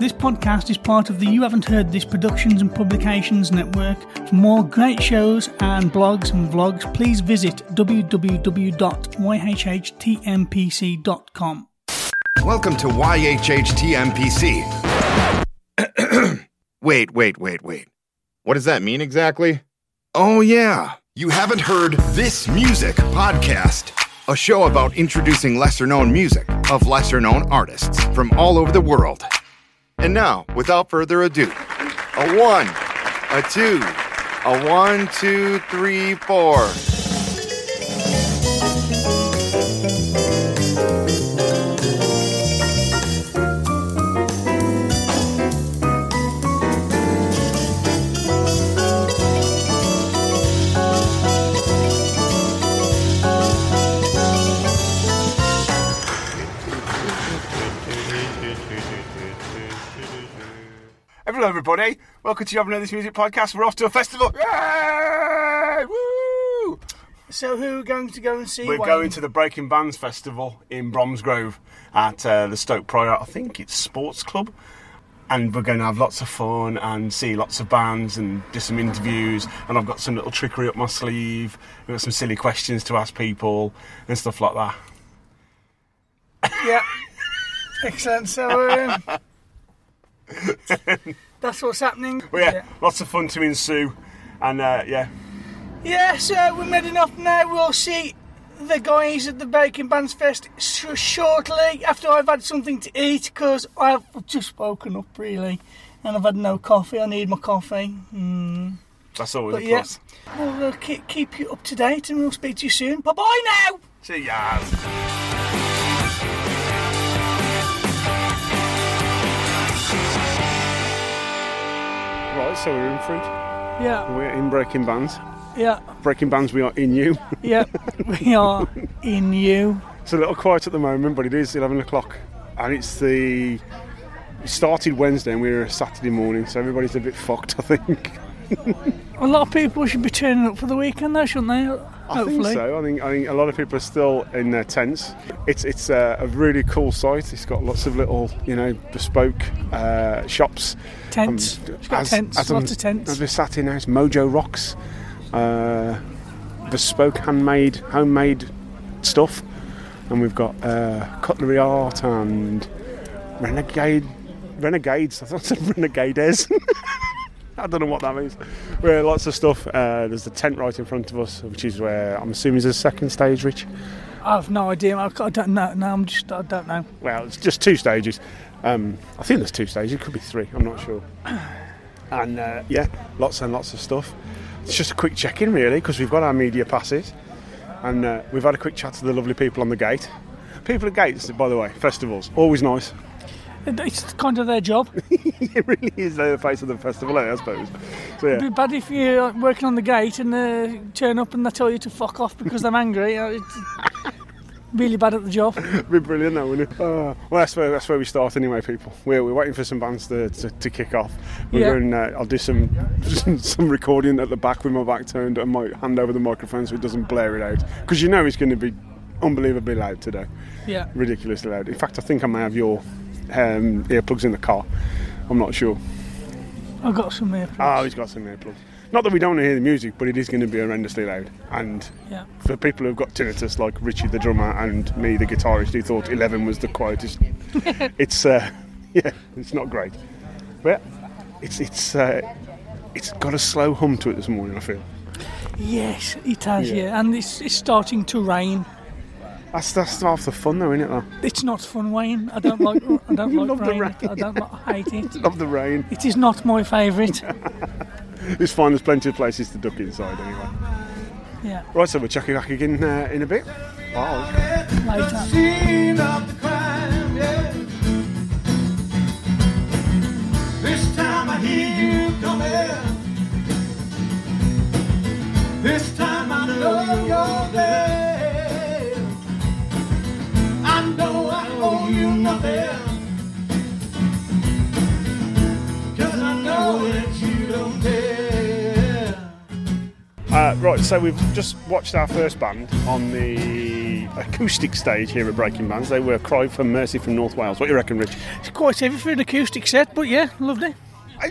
This podcast is part of the You Haven't Heard This Productions and Publications Network. For more great shows and blogs and vlogs, please visit www.yhhtmpc.com. Welcome to YHHTMPC. wait, wait, wait, wait. What does that mean exactly? Oh, yeah. You haven't heard This Music Podcast, a show about introducing lesser known music of lesser known artists from all over the world. And now, without further ado, a one, a two, a one, two, three, four. Hello, everybody. Welcome to You Haven't Heard This Music podcast. We're off to a festival. Yay! Woo! So, who are going to go and see? We're Wayne? going to the Breaking Bands Festival in Bromsgrove at uh, the Stoke Priory, I think it's Sports Club. And we're going to have lots of fun and see lots of bands and do some interviews. And I've got some little trickery up my sleeve. We've got some silly questions to ask people and stuff like that. Yeah. Excellent. So, um, that's what's happening. But yeah, lots of fun to ensue. And uh, yeah, Yeah, so we're made enough now. We'll see the guys at the Bacon Bands Fest sh- shortly after I've had something to eat because I've just woken up really and I've had no coffee. I need my coffee. Mm. that's always But a yeah, plus. we'll uh, keep, keep you up to date and we'll speak to you soon. Bye bye now! See ya. Right, so we're in Fred. Yeah, We're in Breaking Bands. yeah, Breaking Bands, we are in you. yeah. we are in you. it's a little quiet at the moment, but it is 11 o'clock. And it's the. It started Wednesday and we were Saturday morning, so everybody's a bit fucked, I think. A lot of people should be turning up for the weekend though, shouldn't they? I Hopefully. think so. I think, I think a lot of people are still in their tents. It's it's a, a really cool site. It's got lots of little, you know, bespoke uh, shops. Tents. Um, It's got as- tents, as I'm- lots of tents. As we're sat in now, it's Mojo Rocks. Uh, bespoke, handmade, homemade stuff. And we've got uh, cutlery art and renegade, renegades. I thought I said renegades. I don't know what that means. We have lots of stuff. Uh, there's the tent right in front of us, which is where I'm assuming is the second stage, Rich. I've no idea. I I don't know. No, I'm just, I don't know. Well, it's just two stages. Um, I think there's two stages. It could be three. I'm not sure. And uh, yeah, lots and lots of stuff. It's just a quick check-in, really, because we've got our media passes, and uh, we've had a quick chat to the lovely people on the gate. People at gates, by the way, festivals always nice. It- It's kind of their job. It really is uh, the face of the festival, eh, I suppose. So yeah, It'd be bad if you're working on the gate and uh, turn up and they tell you to fuck off because they're angry. Uh, It's really bad at the job. It'd be brilliant, that wouldn't it? Uh, well, that's where that's where we start anyway, people. We're, we're waiting for some bands to, to, to kick off. We're Yeah. going. Uh, I'll do some some recording at the back with my back turned and my hand over the microphone so it doesn't blare it out because you know it's going to be unbelievably loud today, Yeah. ridiculously loud. In fact, I think I may have your um, earplugs in the car. I'm not sure. I've got some here. Oh, he's got some earplugs. Not that we don't want to hear the music, but it is going to be horrendously loud. And Yeah. for people who've got tinnitus, like Richie the drummer and me the guitarist, who thought 11 was the quietest, it's uh, yeah, it's not great. But it's it's uh, it's got a slow hum to it this morning. I feel Yes, it has, Yeah. yeah. And it's, it's starting to rain. that's that's half the fun, though, isn't it? Though? It's not fun, Wayne. I don't like. I don't You like love the rain. rain, I don't like, I hate it. Love the rain. It is not my favourite. It's fine. There's plenty of places to duck inside anyway. Yeah, Right, so we'll check you back again uh, in a bit. Bye. later. scene of the crime, yeah. This time I hear you coming. This time I know you're there. I know I owe you nothing. Cause I know that you don't care. Uh, right, so we've just watched our first band on the acoustic stage here at Breaking Bands. They were Cry for Mercy from North Wales. What do you reckon, Rich? It's quite heavy for an acoustic set, but yeah, lovely.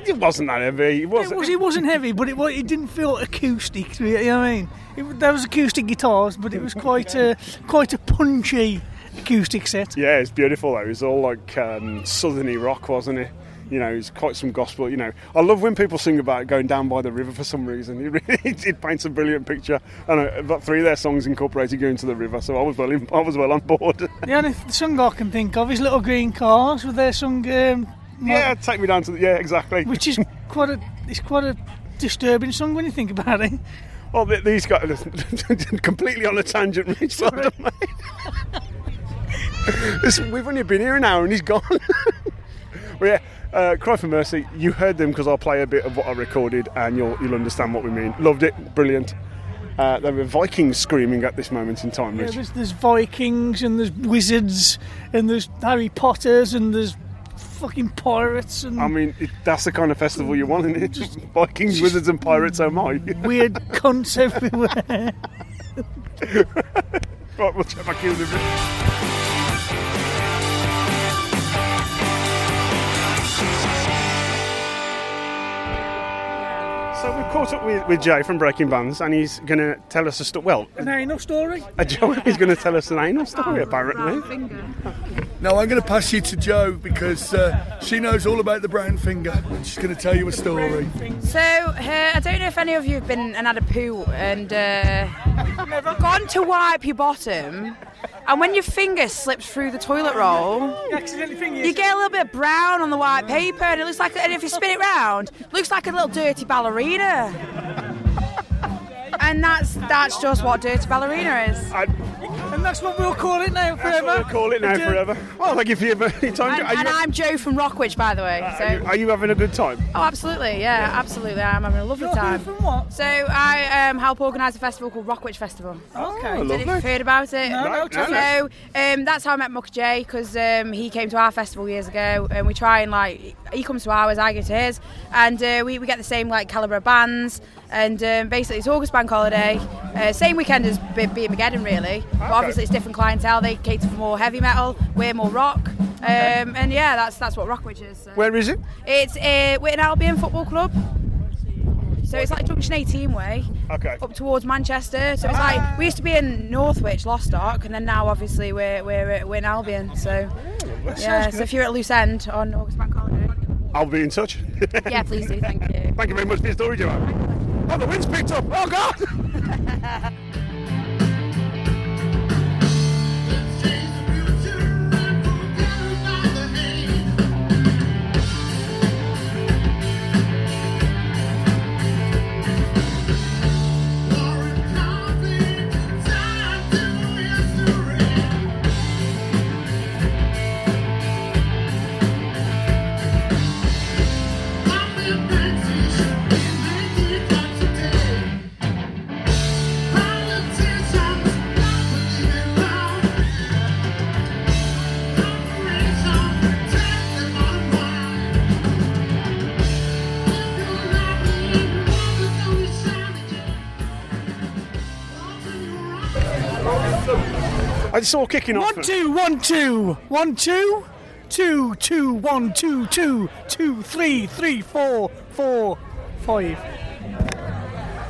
It wasn't that heavy. It was. eh? It was. It wasn't heavy, but it wa- it didn't feel acoustic. To me, you know what I mean? It, wa- there was acoustic guitars, but it was quite a quite a punchy acoustic set. Yeah, it's beautiful though. It's all like um, southerny rock, wasn't it? You know, it's quite some gospel. You know, I love when people sing about going down by the river for some reason. It really it, paints a brilliant picture. And uh, about three of their songs incorporated going to the river, so I was well in, I was well on board. The only th- song I can think of is Little Green Cars with their song, um, my- yeah, take me down to the yeah, exactly. which is quite a it's quite a disturbing song when you think about it. Well, th- these guys completely on a tangent, Rich. Well done, mate. Listen, we've only been here an hour and he's gone. but yeah, uh, Cry for Mercy. You heard them because I'll play a bit of what I recorded and you'll, you'll understand what we mean. Loved it. Brilliant. Uh, there were Vikings screaming at this moment in time, Yeah, Rich. there's, there's Vikings and there's wizards and there's Harry Potters and there's fucking pirates and I mean, it, that's the kind of festival you want, isn't it? Vikings, wizards, and pirates. Oh my! weird cunts everywhere. right, we'll check back in with a bit. So we've caught up with, with Jay from Breaking Bands, and he's going to tell us a story. Well, Now enough story. a Joe is going to tell us an anal Oh, story, apparently. Now I'm going to pass you to Joe because uh, she knows all about the brown finger. and She's going to tell you a story. So, uh, I don't know if any of you have been and had a poo and uh, gone to wipe your bottom, and when your finger slips through the toilet roll, Accidentally finger. you get a little bit of brown on the white paper, and it looks like, and if you spin it round, it looks like a little dirty ballerina. And that's that's just what dirty ballerina is. I, and that's what we'll call it now that's forever. what we call it now And, uh, forever. Well, thank you for your your time. And, Joe. and I'm Joe from Rockwich, by the way. Uh, are, you, So, are you having a good time? oh, absolutely, yeah, absolutely. I'm having a lovely You're here time. from what? So I um, help organise a festival called Rockwich Festival. Okay. I don't know if you've heard about it. Oh, No, no, tell us. so um, that's how I met Muck J because um, he came to our festival years ago, and we try and like he comes to ours, I go to his, and uh, we, we get the same like caliber of bands, and um, basically it's August Bank Holiday, uh, same weekend as B- Beat Mageddon really, but obviously it's different clientele. They cater for more heavy metal, we're more rock, um, and yeah, that's that's what Rockwich is. so. Where is it? It's uh, Witten Albion Football Club. So it's like Junction 18 way, Okay. up towards Manchester. So it's like we used to be in Northwich, Lostock, and then now obviously we're we're at Witten Albion. So yeah, so if you're at Loose End on August Bank Holiday, I'll be in touch. yeah, please do. Thank you. Thank you very much for your story, Joe. Oh, the wind's picked up. Oh, God! I saw kicking off. One two one two one two two, two, one, two, two, two, three, three, four, four, five,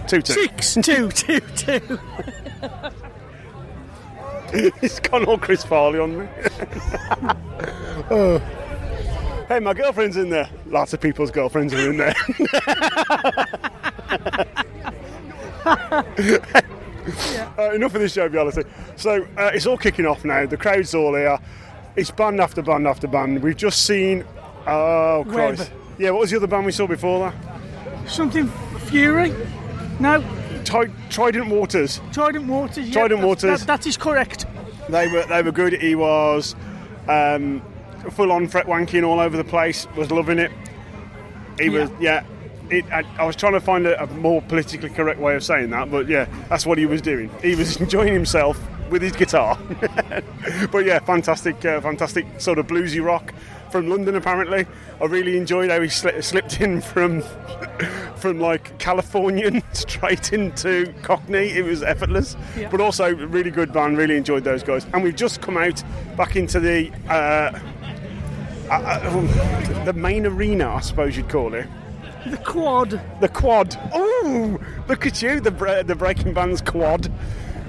Two, two. six, two, two, two. it's gone all Chris Farley on me. Oh. Hey, my girlfriend's in there. Lots of people's girlfriends are in there. Uh, enough of this joviality. So uh, it's all kicking off now. The crowd's all here. It's band after band after band. We've just seen. Oh Christ! Yeah, what was the other band we saw before Something Fury? No, that? Tri- Trident Waters. Trident Waters. yeah, Trident that's- Waters. That, that is correct. They were they were good. He was um, full on fret wanking all over the place. Was loving it. He was yeah. It, I, I was trying to find a, a more politically correct way of saying that, but yeah, that's what he was doing. He was enjoying himself with his guitar. but yeah, fantastic, uh, fantastic sort of bluesy rock from London. Apparently, I really enjoyed how he sli- slipped in from from like Californian straight into Cockney. It was effortless, but also really good band. Really enjoyed those guys. And we've just come out back into the uh, uh, uh, the main arena, I suppose you'd call it. The quad. The quad. Oh, look at you, the bre- the Breaking Band's quad.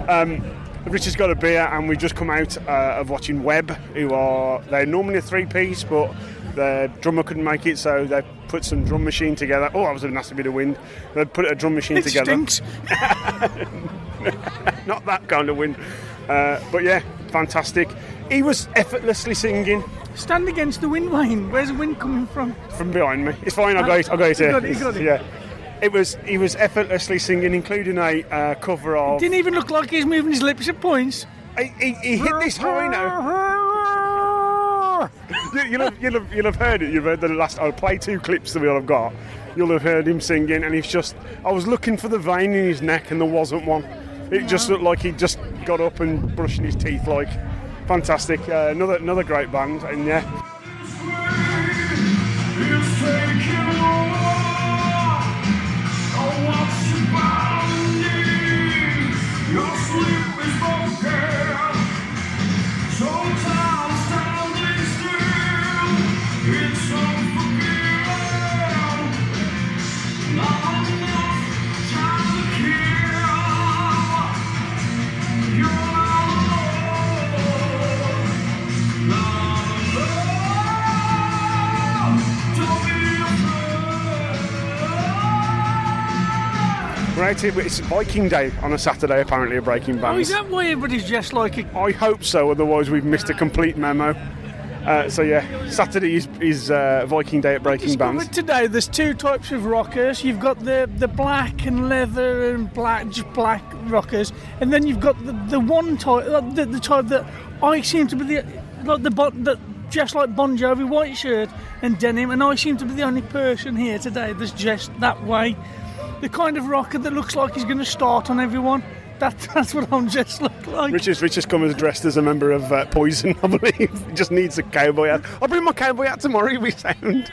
Um, Richard's got a beer, and we've just come out uh, of watching Webb, who are they're normally a three piece, but the drummer couldn't make it, so they put some drum machine together. Oh, that was a nasty bit of wind. They put a drum machine It together. stinks. Not that kind of wind, uh, but yeah, fantastic. He was effortlessly singing Stand against the wind, Wayne. Where's the wind coming from? from behind me. It's fine. I got it. I got it. You here. got it, you got it. Yeah. It was he was effortlessly singing, including a uh, cover of. Didn't even look like he's moving his lips at points. He, he, he hit this high note. You, you'll, have, you'll, have, you'll have heard it. You've heard the last. I'll play two clips that we'll have got. You'll have heard him singing, and he's just. I was looking for the vein in his neck, and there wasn't one. It just looked like he just got up and brushing his teeth like. Fantastic. Uh, another another great band, and yeah. Oh, We're out here, it's Viking Day on a Saturday, apparently, a breaking band. Oh, is that why everybody's dressed like a I hope so, otherwise we've missed a complete memo. Uh, so yeah, Saturday is, is uh, Viking Day at Breaking Discovered Bands. today there's two types of rockers. You've got the, the black and leather and black just black rockers, and then you've got the, the one type uh, the, the type that I seem to be the like the bon, that dressed like Bon Jovi, white shirt and denim, and I seem to be the only person here today that's dressed that way. The kind of rocker that looks like he's going to start on everyone. That, that's what I'm just look like. Richard's, Richard's come as dressed as a member of uh, Poison, I believe. He just needs a cowboy hat. I'll bring my cowboy hat tomorrow, we sound.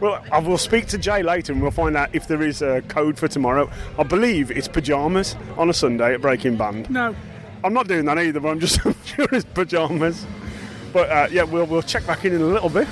Well, I will speak to Jay later and we'll find out if there is a code for tomorrow. I believe it's pyjamas on a Sunday at Breaking Band. No, I'm not doing that either, but I'm just I'm sure it's pyjamas. But uh, yeah, we'll, we'll check back in in a little bit.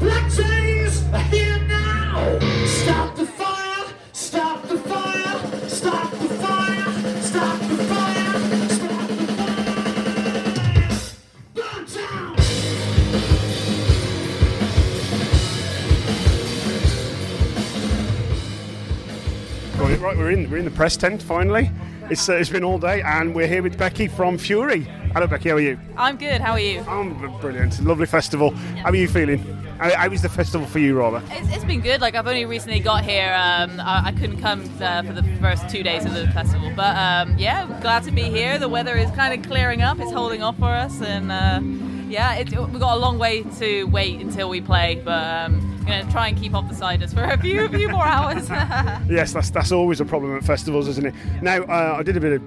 Black Sails are here now. Stop the fire, stop the fire, stop the fire, stop the fire, stop the fire. Burn town! Right, right, we're in we're in the press tent finally. It's uh, it's been all day, and we're here with Becky from Fury. Hello, Becky. How are you? I'm good. How are you? I'm b- brilliant. Lovely festival. How are you feeling? How, how was the festival for you, rather? It's, it's been good. Like I've only recently got here. Um, I, I couldn't come uh, for the first two days of the festival, but um, yeah, glad to be here. The weather is kind of clearing up. It's holding off for us, and uh, yeah, it, we've got a long way to wait until we play, but um, I'm going to try and keep up the ciders for a few, few more hours. Yes, that's that's always a problem at festivals, isn't it? Now, uh, I did a bit of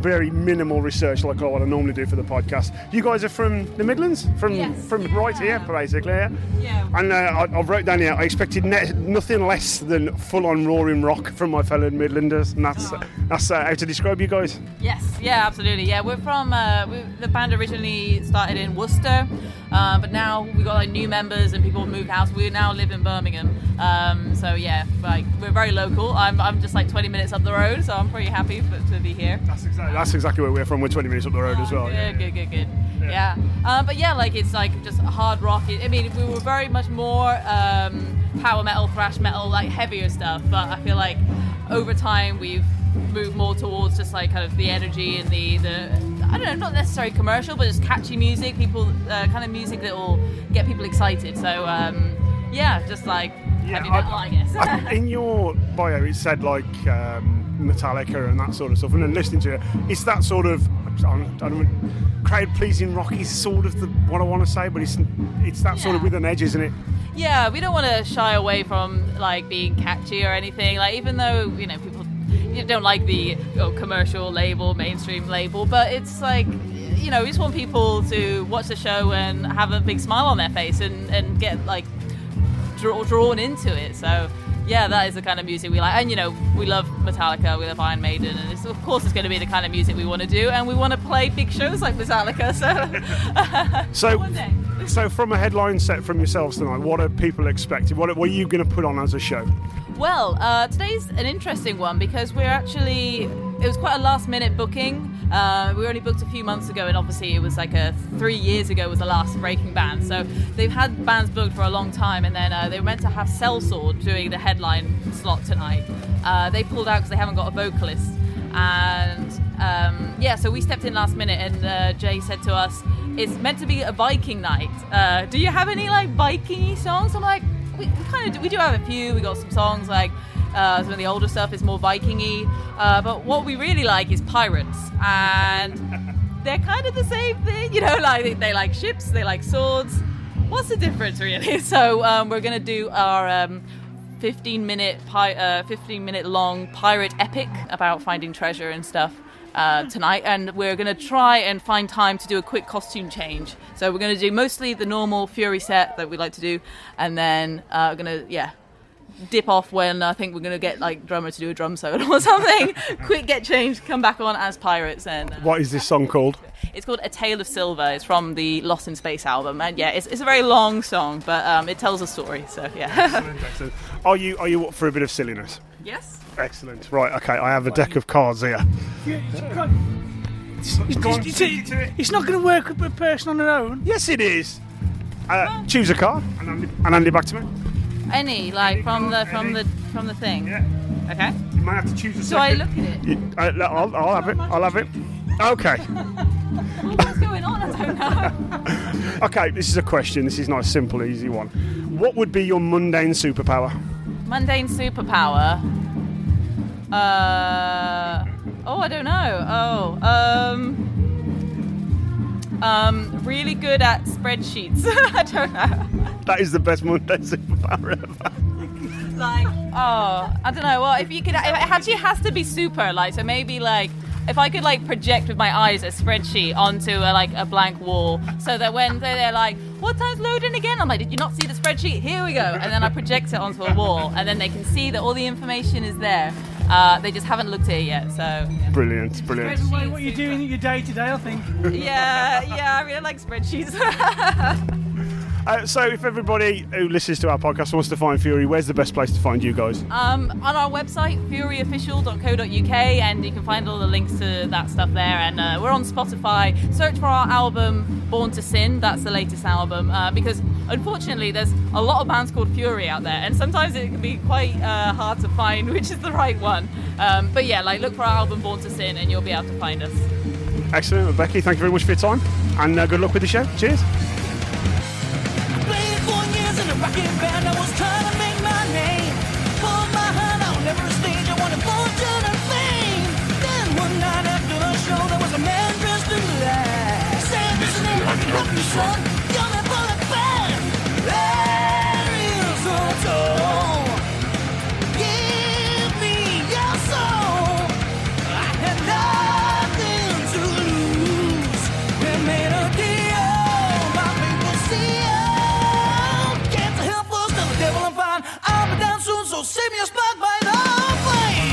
very minimal research, like what I normally do for the podcast. You guys are from the Midlands, from from right here, basically. Yeah. And uh, I, I wrote down here, I expected ne- nothing less than full-on roaring rock from my fellow Midlanders, and that's that's uh, how to describe you guys. Yes, yeah, absolutely. Yeah, we're from uh, we, the band originally started in Worcester, uh, but now we got like new members and people moved house. We now live in Birmingham, um, so yeah, like we're very local. I'm, I'm just like 20 minutes up the road, so I'm pretty happy for, to be here. That's exactly that's exactly where we're from. We're 20 minutes up the road as well. Good, yeah. Oh, good, good, good. Yeah. Uh, but yeah, like it's like just hard rock. I mean, we were very much more um, power metal, thrash metal, like heavier stuff. But I feel like over time we've moved more towards just like kind of the energy and the, the I don't know, not necessarily commercial, but just catchy music, people, uh, kind of music that will get people excited. So um, yeah, just like heavy metal, I, guess. I- in your bio, it said like um, Metallica and that sort of stuff. And then listening to it, it's that sort of I don't, I don't, crowd pleasing rock is sort of the, what I want to say, but it's it's that sort of with an edge, isn't it? yeah, we don't want to shy away from like being catchy or anything. Like even though you know people you don't like the oh, commercial label, mainstream label, but it's like you know we just want people to watch the show and have a big smile on their face and and get like draw, drawn into it. So. Yeah, that is the kind of music we like, and you know we love Metallica, we love Iron Maiden, and it's, of course it's going to be the kind of music we want to do, and we want to play big shows like Metallica. So So, One day. so from a headline set from yourselves tonight, what are people expecting? What are, what are you going to put on as a show? Well, uh, today's an interesting one because we're actually, it was quite a last minute booking. Uh, we were only booked a few months ago, and obviously it was like a three years ago was the last breaking band. So they've had bands booked for a long time, and then uh, they were meant to have Sellsword doing the headline slot tonight. Uh, they pulled out because they haven't got a vocalist, and um, yeah, so we stepped in last minute, and uh, Jay said to us, "It's meant to be a Viking night. Uh, do you have any like Vikingy songs?" I'm like we, we kind of do, we do have a few. We got some songs like uh, some of the older stuff is more Vikingy, uh, but what we really like is pirates, and they're kind of the same thing, you know. Like they, they like ships, they like swords. What's the difference really? So um, we're gonna do our. Um, 15 minute pi- uh, 15 minute long pirate epic about finding treasure and stuff uh, tonight and we're going to try and find time to do a quick costume change so we're going to do mostly the normal fury set that we like to do and then uh, we're going to yeah dip off when i think we're going to get like drummer to do a drum solo or something quick get changed come back on as pirates and uh, What is this song called? it's called A Tale of Silver. It's from the Lost in Space album, and yeah, it's, it's a very long song, but um, it tells a story. So yeah. Excellent. Are you are you up for a bit of silliness? yes. Excellent. Right. Okay. I have a deck of cards here. Go on, It's, take it to it. it's not going to work with a person on their own. Yes, it is. Uh, choose a card and hand it- and hand it back to me. Any like from the from any. the from the thing. Yeah. Okay. You might have to choose a Do I look at it? I, uh, I'll, I'll have it. I'll have it. Okay. What's going on? I don't know. Okay. This is a question. This is not a simple, easy one. What would be your mundane superpower? Mundane superpower. Uh. Oh, I don't know. Oh. Um. Um. Really good at spreadsheets. I don't know. That is the best mundane superpower ever. like oh i don't know well if you could it actually has to be super like so maybe like if i could like project with my eyes a spreadsheet onto a, like a blank wall so that when they're, they're like what time's loading again i'm like did you not see the spreadsheet here we go and then i project it onto a wall and then they can see that all the information is there uh, they just haven't looked at it yet so yeah. Brilliant. Brilliant. What, what you're doing in your day to day, I think. yeah yeah i really like spreadsheets Uh, so, if everybody who listens to our podcast wants to find Fury, where's the best place to find you guys? um, on our website furyofficial.co.uk and you can find all the links to that stuff there and uh, we're on spotify search for our album born to sin that's the latest album uh, because unfortunately there's a lot of bands called fury out there and sometimes it can be quite uh, hard to find which is the right one um, but yeah like look for our album born to sin and you'll be able to find us Excellent, Well, Becky. Thank you very much for your time, and uh, good luck with the show. Cheers. Played four years in a rocking band, I was trying to make my name. Pulled my heart out, never a stage, I wanted fortune and fame. Then one night after the show, there was a man dressed in black. Said, this is the rock Save me a spark by the fire.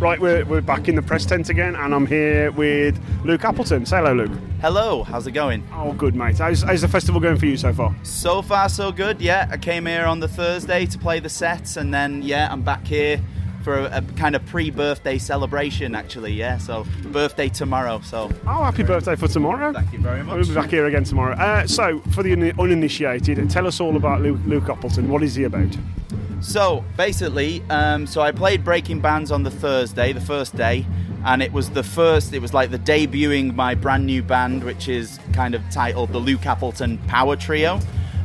Right, we're, we're back in the press tent again, and I'm here with Luke Appleton. Say hello, Luke. Hello, how's it going? Oh, good, mate. How's, how's the festival going for you so far? So far, so good. Yeah, I came here on the Thursday to play the sets, and then yeah, I'm back here for a, a kind of pre-birthday celebration. Actually, yeah. So birthday tomorrow. So Oh, happy birthday for tomorrow. Thank you very much. We'll be back here again tomorrow. Uh, so, for the un- uninitiated, tell us all about Luke, Luke Appleton. What is he about? So basically, um, so I played Breaking Bands on the Thursday, the first day, and it was the first. It was like the debuting my brand new band, which is kind of titled the Luke Appleton Power Trio,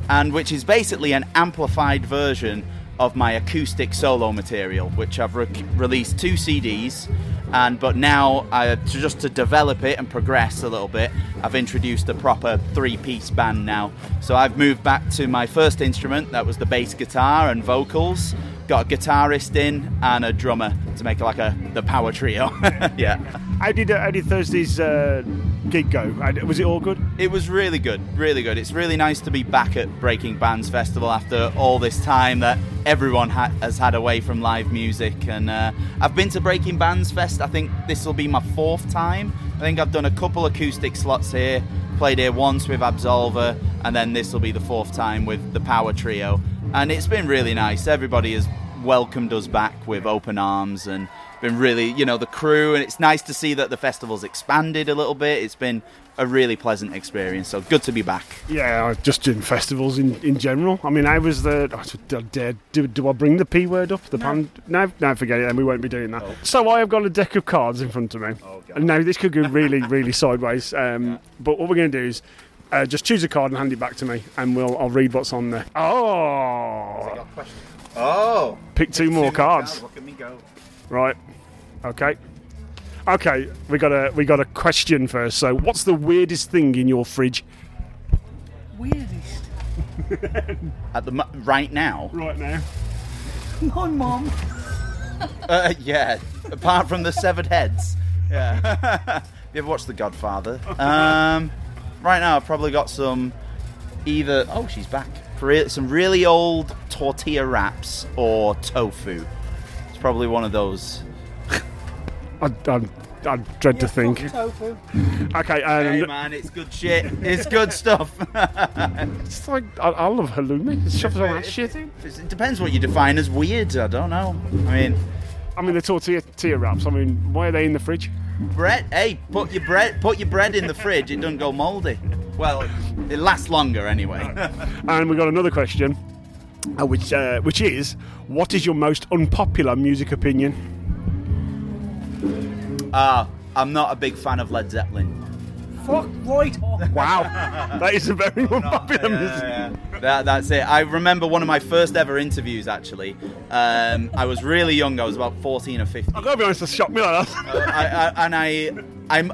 and which is basically an amplified version of my acoustic solo material, which I've re- released two CDs. And but now, I, to- just to develop it and progress a little bit, I've introduced a proper three-piece band now. So I've moved back to my first instrument, that was the bass guitar and vocals. Got a guitarist in and a drummer to make like a the power trio. yeah. How did, uh, how did Thursday's uh, gig go? How did- Was it all good? It was really good, really good. It's really nice to be back at Breaking Bands Festival after all this time that everyone ha- has had away from live music. And uh, I've been to Breaking Bands Fest, I think this will be my fourth time. I think I've done a couple acoustic slots here, played here once with Absolver, and then this will be the fourth time with the Power Trio. And it's been really nice. Everybody has welcomed us back with open arms and been really, you know, the crew, and it's nice to see that the festival's expanded a little bit. It's been a really pleasant experience, so good to be back. Yeah, I was just doing festivals in, in general. I mean, I was the. I said, "Do- dare- do, do I bring the P word up? The pan? No, no, forget it. Then we won't be doing that. So I have got a deck of cards in front of me. Oh, God. Now this could go really, really sideways. Um, But what we're going to do is uh, just choose a card and hand it back to me, and we'll I'll read what's on there. Oh, Oh, pick two more cards. Look at me go. Right. Okay. Okay, we got a we got a question first. So, what's the weirdest thing in your fridge Weirdest. At the mo- right now, right now? My mum. uh, yeah. Apart from the severed heads, yeah. you ever watched The Godfather? Um, right now, I've probably got some either. Oh, she's back. Korea- Some really old tortilla wraps or tofu. It's probably one of those. I, I, I dread to think. Tofu. Okay, um, Hey man, it's good shit. It's good stuff. It's like I, I love halloumi. It's shoved all that shit in. it depends what you define as weird. I don't know. I mean, I mean the tortilla tortilla wraps. I mean, why are they in the fridge? bread. Hey, put your bread. Put your bread in the fridge. It doesn't go mouldy. Well, it lasts longer anyway. And we got another question, uh, which uh, which is, what is your most unpopular music opinion? Ah, I'm not a big fan of Led Zeppelin. Fuck right off. Wow, that is a very unpopular music. That, that's it. I remember one of my first ever interviews. Actually, um, I was really young. I was about 14 or 15. I've got to be honest, that shocked me like that. I, I, and I, I'm.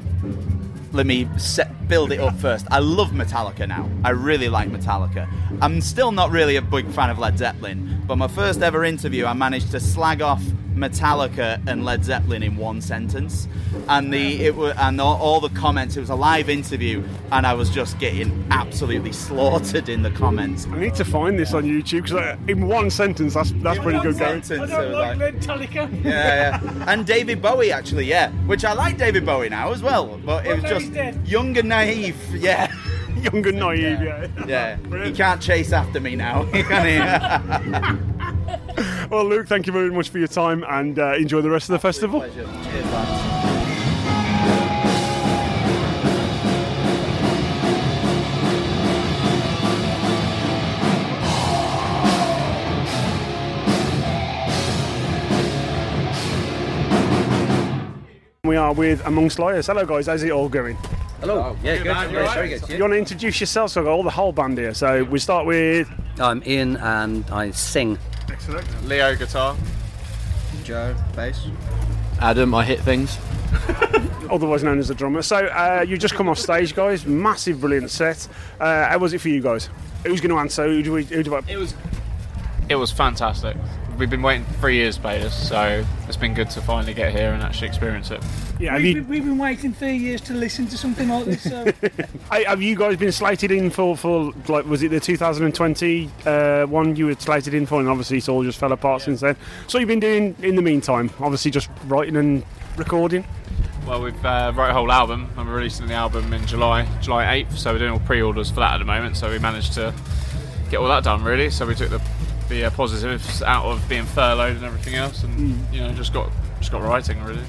Let me set, build it up first. I love Metallica now. I really like Metallica. I'm still not really a big fan of Led Zeppelin, but my first ever interview, I managed to slag off Metallica and Led Zeppelin in one sentence, and the it was and all, all the comments. It was a live interview, and I was just getting absolutely slaughtered in the comments. I need to find this on YouTube because in one sentence, that's that's pretty good going. I Sentence, don't so, like like- Led Metallica. yeah, yeah. And David Bowie, actually, yeah. Which I like David Bowie now as well, but it Well, was now just he's dead. young and naive. Yeah, Young and naive, yeah. yeah. He Brilliant. can't chase after me now. can Well, Luke, thank you very much for your time and uh, enjoy the rest of the he? festival. Pleasure. Cheers, lads. Thank we are with Amongst Lawyers. Hello, guys. How's it all going? Hello. Oh, Yeah, good. man, Yeah, you all very right? good. You want to introduce yourself? So I've got all the whole band here. So we start with. I'm Ian and I sing. Excellent. Leo guitar. Joe bass. Adam, I hit things. Otherwise known as the drummer. So uh, you just come off stage, guys. Massive, brilliant set. Uh, how was it for you guys? Who's going to answer? Who do, we, who do I? It was It was fantastic. We've been waiting three years to play this, so it's been good to finally get here and actually experience it. Yeah, we've, been- we've been waiting three years to listen to something like this. So. Hey, have you guys been slated in for, for like was it the 2020 uh, one you were slated in for and obviously it's all just fell apart since then so you've been doing in the meantime obviously just writing and recording Well, we've uh, wrote a whole album and we're releasing the album in July, July 8th. So we're doing all pre-orders for that at the moment. So we managed to get all that done really. So we took the the uh, positives out of being furloughed and everything else, and you know just got just got writing really.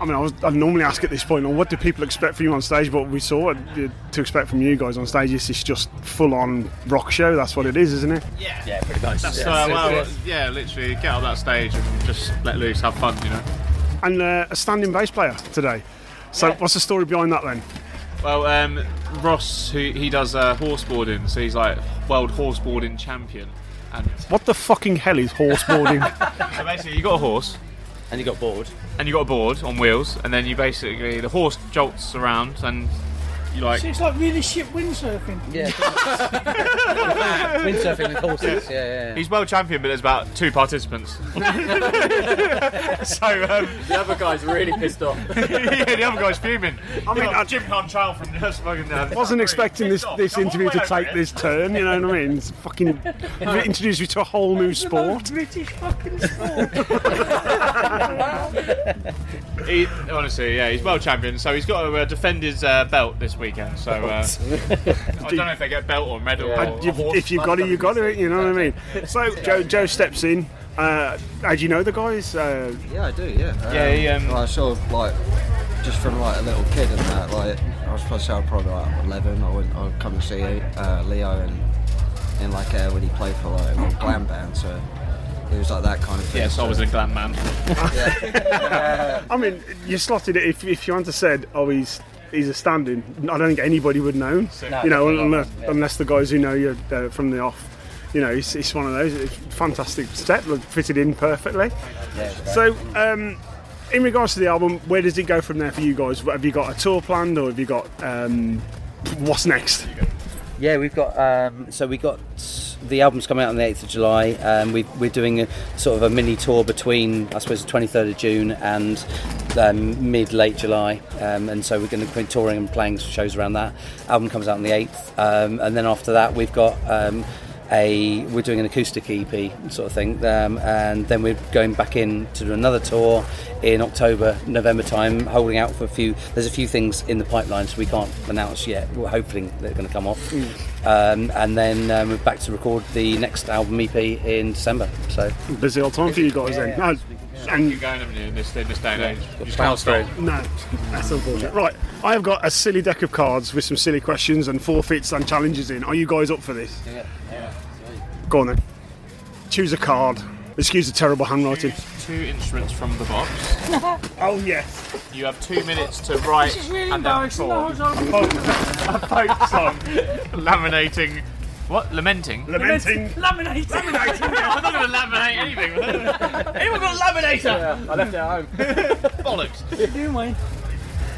I mean I was, I'd normally ask at this point well, what do people expect from you on stage but we saw what uh, to expect from you guys on stage is it's just full on rock show that's what it is isn't it Yeah, yeah, pretty much. That's Yeah. uh, well, That's it. yeah, literally get on that stage and just let loose, have fun, you know. and uh, a standing bass player today so what's the story behind that then Well, um, Ross, who he does uh, horse boarding, so he's like world horse boarding champion. And what the fucking hell is horse boarding so basically, you got a horse, and you got board, and you got a board on wheels, and then you basically the horse jolts around, and you like so it's like really shit windsurfing. Yeah. windsurfing with horses. Yeah, yeah. He's world champion, but there's about two participants. so um, the other guy's really pissed off. yeah, the other guy's fuming. I mean, Jim Contrail from Nurse Fucking uh, wasn't expecting this, this interview to take this turn, you know what I mean? It's fucking it introduced you to a whole new sport. British fucking sport. He, honestly, yeah, he's world champion, so he's got to uh, defend his uh, belt this weekend. So uh, I don't know if they get belt or medal. And or you've- if you've got it, you've got it, you know what I mean? So Joe, Joe steps in. Uh, how do you know the guys? Uh, Yeah, I do. Yeah. Yeah, he, um, well, I sort of like just from like a little kid and that. Like I was supposed to say I'm probably like 11. I would I'd come and see uh, Leo and in like uh, when he played for like a glam band. So it was like that kind of thing. Yes, I was a glam man. I mean, you slotted it. If, if you hadn't have said, oh, he's he's a standing, I don't think anybody would No, know. you know, definitely not, unless, yeah. unless the guys who know you uh, from the off. You know, it's, it's one of those. It's a fantastic step, look, fitted in perfectly. So, um, in regards to the album, where does it go from there for you guys? Have you got a tour planned, or have you got um, what's next? Yeah, we've got um, so we got the album's coming out on the eighth of July. Um, we, we're doing a sort of a mini tour between I suppose the twenty third of June and um, mid late July, um, and so we're going to be touring and playing shows around that. Album comes out on the eighth, um, and then after that we've got. Um, a, we're doing an acoustic EP sort of thing, um, and then we're going back in to do another tour in October, November time, holding out for a few. There's a few things in the pipeline, so we can't announce yet. We're hoping they're going to come off, Mm. um, and then um, we're back to record the next album EP in December. So busy old time for you guys then. Uh, No, And you're going haven't you, in this in this day and age. You just can't Bounce stop. No, that's unfortunate. Right, I have got a silly deck of cards with some silly questions and forfeits and challenges in. Are you guys up for this? Yeah. Go on then. Choose a card. Excuse the terrible handwriting. Two instruments from the box. oh yes. You have two minutes to write This is really and then embarrassing. perform. No, I A folk song. Laminating. What? Lamenting. Laminating. Laminating. I'm not going to laminate anything. Anyone got a laminator? I left it at home. Bollocks. Do mine.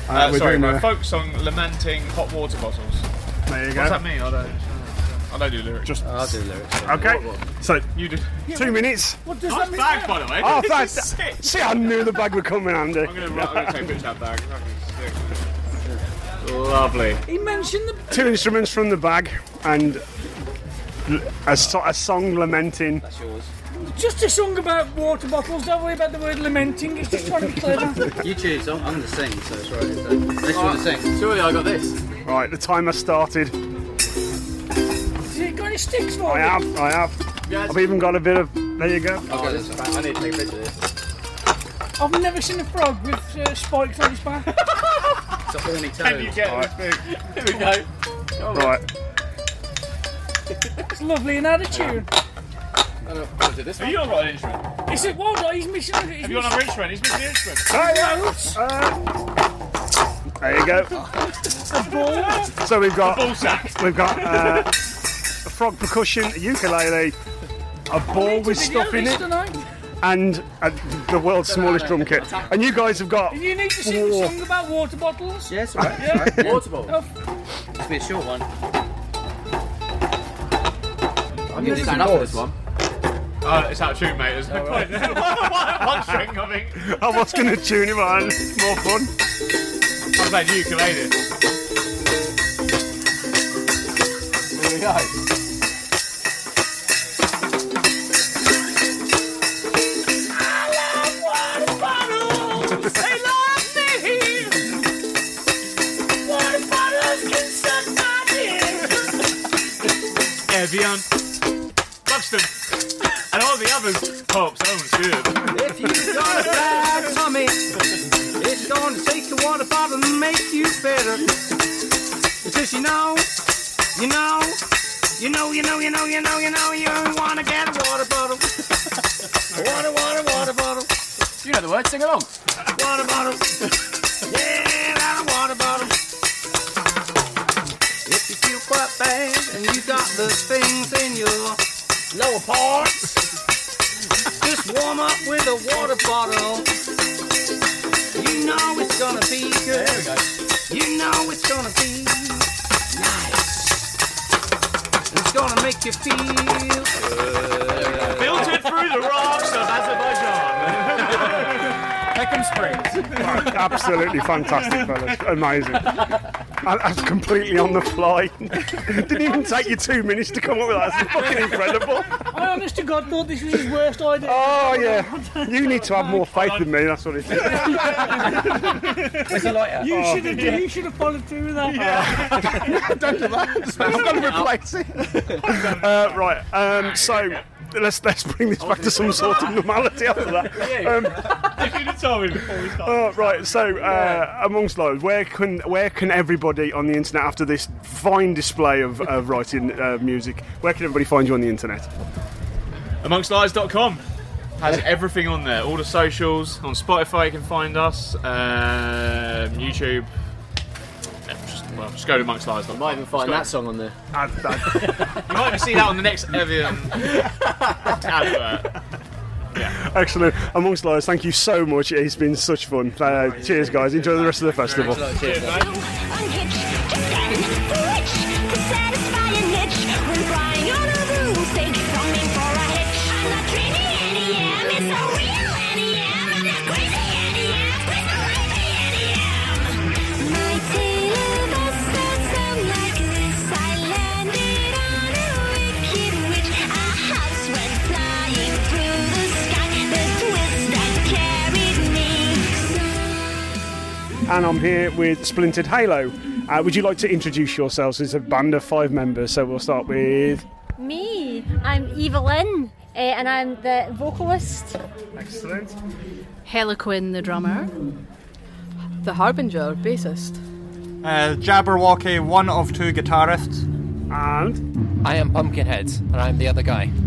Uh, Uh, we're sorry, doing my a- folk song lamenting hot water bottles. There you What's go. that mean? I don't. I don't do lyrics. Just I do lyrics. Okay. So you did two minutes. What does that mean? Bag, by the way. Oh, This thanks. is sick. See, I knew the bag would come in handy. I'm gonna, I'm gonna take a picture of that bag. Fucking sick. Lovely. He mentioned the two instruments from the bag and a, so- a song lamenting. That's yours. just a song about water bottles. Don't worry about the word lamenting. It's just trying to be clever. you choose. I'm, I'm going to sing, so it's right. So, unless you want to sing. Surely I got this. Right, the timer started. Has it got any sticks for I me? have, I have. I've even got a bit of. There you go. Oh, this is I need to take a picture of this. I've never seen a frog with uh, spikes on his back. It's a horny toe. Can you get this Here we go. Right. It's lovely and attitude. Are you not an instrument? He said, well done, he's missing. Have you got another instrument? He's missing the instrument. There you go. A ball. So we've got A ball sack. we've got uh, a frog percussion, a ukulele, a ball with stuff in it, and uh the world's smallest drum kit. And you guys have got Do you need to sing the four. song about water bottles? Yes, right, Yeah. Water bottles. It's be a short one. I'm gonna stand up for this one. Oh, it's out of tune, mate. There's no point. One string, I think. I was going to tune him on. It's more fun. I'm glad you ukulele. Here we go. They love me. Water bottles can suck my dick. Evian. Buxton. And all the others. Pops, that one's good. If you got a bad tummy, it's gonna take a water bottle to make you better. Because you know, you know, you know, you know, you know, you know, you know, you wanna get a water bottle. Water, water, water bottle. You know the words, sing along. Water bottle. Yeah, that water bottle. If you feel quite bad and you got the things in your lower parts, just warm up with a water bottle. You know it's gonna be good. There we go. You know it's gonna be nice. It's gonna make you feel good. Filtered through the rocks of Azerbaijan. Peckham Springs. Absolutely fantastic, fellas. Amazing. And that's completely on the fly. Didn't even take you two minutes to come up with that. It's fucking incredible. I honest to God thought this was his worst idea. Oh, yeah. You need to have more faith in me, that's what it is. It's a lighter. You Oh. should have. You should have followed through with that. Don't do that. I've got to replace it. Uh, right, um, so let's let's bring this back to some sort of normality after that. Um, if you'd have told me before we started. Oh, right, so uh, amongst those, where can where can everybody on the internet after this fine display of, of writing uh, music? Where can everybody find you on the internet? AmongstLies.com has everything on there, all the socials. On Spotify, you can find us. Um, YouTube. Yeah, Just, well, just go to AmongstLies.com. You might even Find that song on there. You might even see that on the next Evian advert. Excellent. Amongst those, thank you so much. It's been such fun. Uh, cheers, guys. Enjoy the rest of the festival. And I'm here with Splintered Halo. Uh, would you like to introduce yourselves? It's a band of five members, so we'll start with. Me, I'm Evelyn, uh, and I'm the vocalist. Excellent. Heliquin, the drummer. The Harbinger, bassist. Uh, Jabberwocky, one of two guitarists. And? I am Pumpkinhead, and I'm the other guy.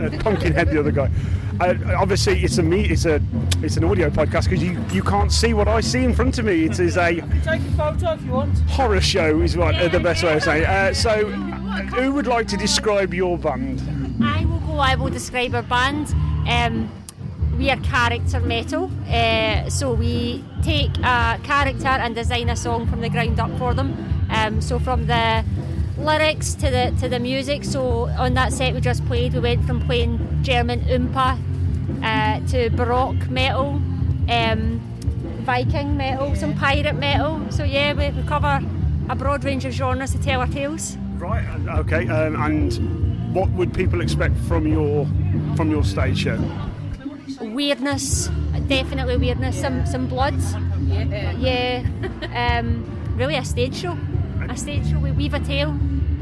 Uh, Pumpkinhead, the other guy. Uh, obviously, it's a me. It's a it's an audio podcast because you, you can't see what I see in front of me. It is a Take a photo if you want. horror show, is what uh, the best way of saying. It. Uh, so, uh, who would like to describe your band? I will go. I will describe our band. Um, we are character metal, uh, so we take a character and design a song from the ground up for them. Um, so from the lyrics to the to the music. So on that set we just played, we went from playing German Oompa uh, to Baroque metal, um, Viking metal, some pirate metal. So yeah, we, we cover a broad range of genres to tell our tales. Right. Okay. Um, and what would people expect from your from your stage show? weirdness, definitely weirdness, some some blood. Yeah. Um, really a stage show. A stage show we weave a tale.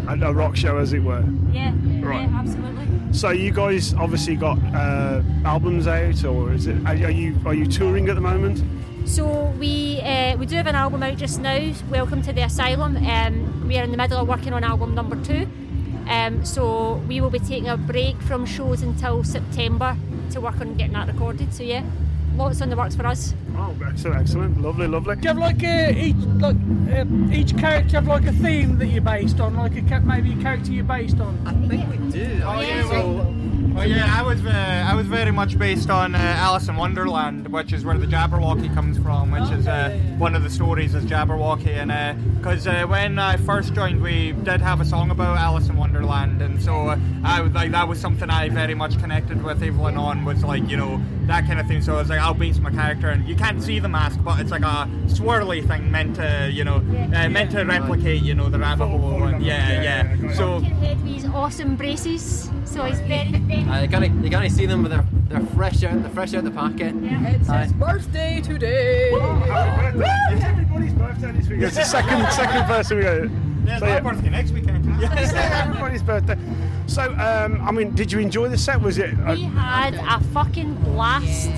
A, a rock show, as it were. Yeah. Right. Yeah, absolutely. So you guys obviously got uh, albums out, or is it? Are, are you are you touring at the moment? So we uh, we do have an album out just now. Welcome to the Asylum. Um, we are in the middle of working on album number two. Um, so we will be taking a break from shows until September to work on getting that recorded. So yeah, lots on the works for us. Excellent, excellent, lovely, lovely. Do you have like a each like uh, each character have like a theme that you're based on, like a ca- maybe a character you're based on? I think we do. Oh yeah, well, well, yeah. I was uh, I was very much based on uh, Alice in Wonderland, which is where the Jabberwocky comes from, which is uh, one of the stories is Jabberwocky, and because uh, when I first joined, we did have a song about Alice in Wonderland, and so uh, I was like that was something I very much connected with Evelyn on was like you know that kind of thing. So I was like I'll base my character, and you can't see the mask, but it's like a swirly thing meant to you know uh, meant to replicate you know the rabbit hole, and yeah, yeah. So. Head with his awesome braces, so he's very. Uh, you can't you can't see them, but they're they're fresh out they're fresh out the packet. It's Aye. his birthday today. It's everybody's birthday this week. It's the second second person we go. Yeah, my birthday next weekend. Yeah, it's everybody's birthday. So, um, I mean, did you enjoy the set? Was it? uh, We had a fucking blast.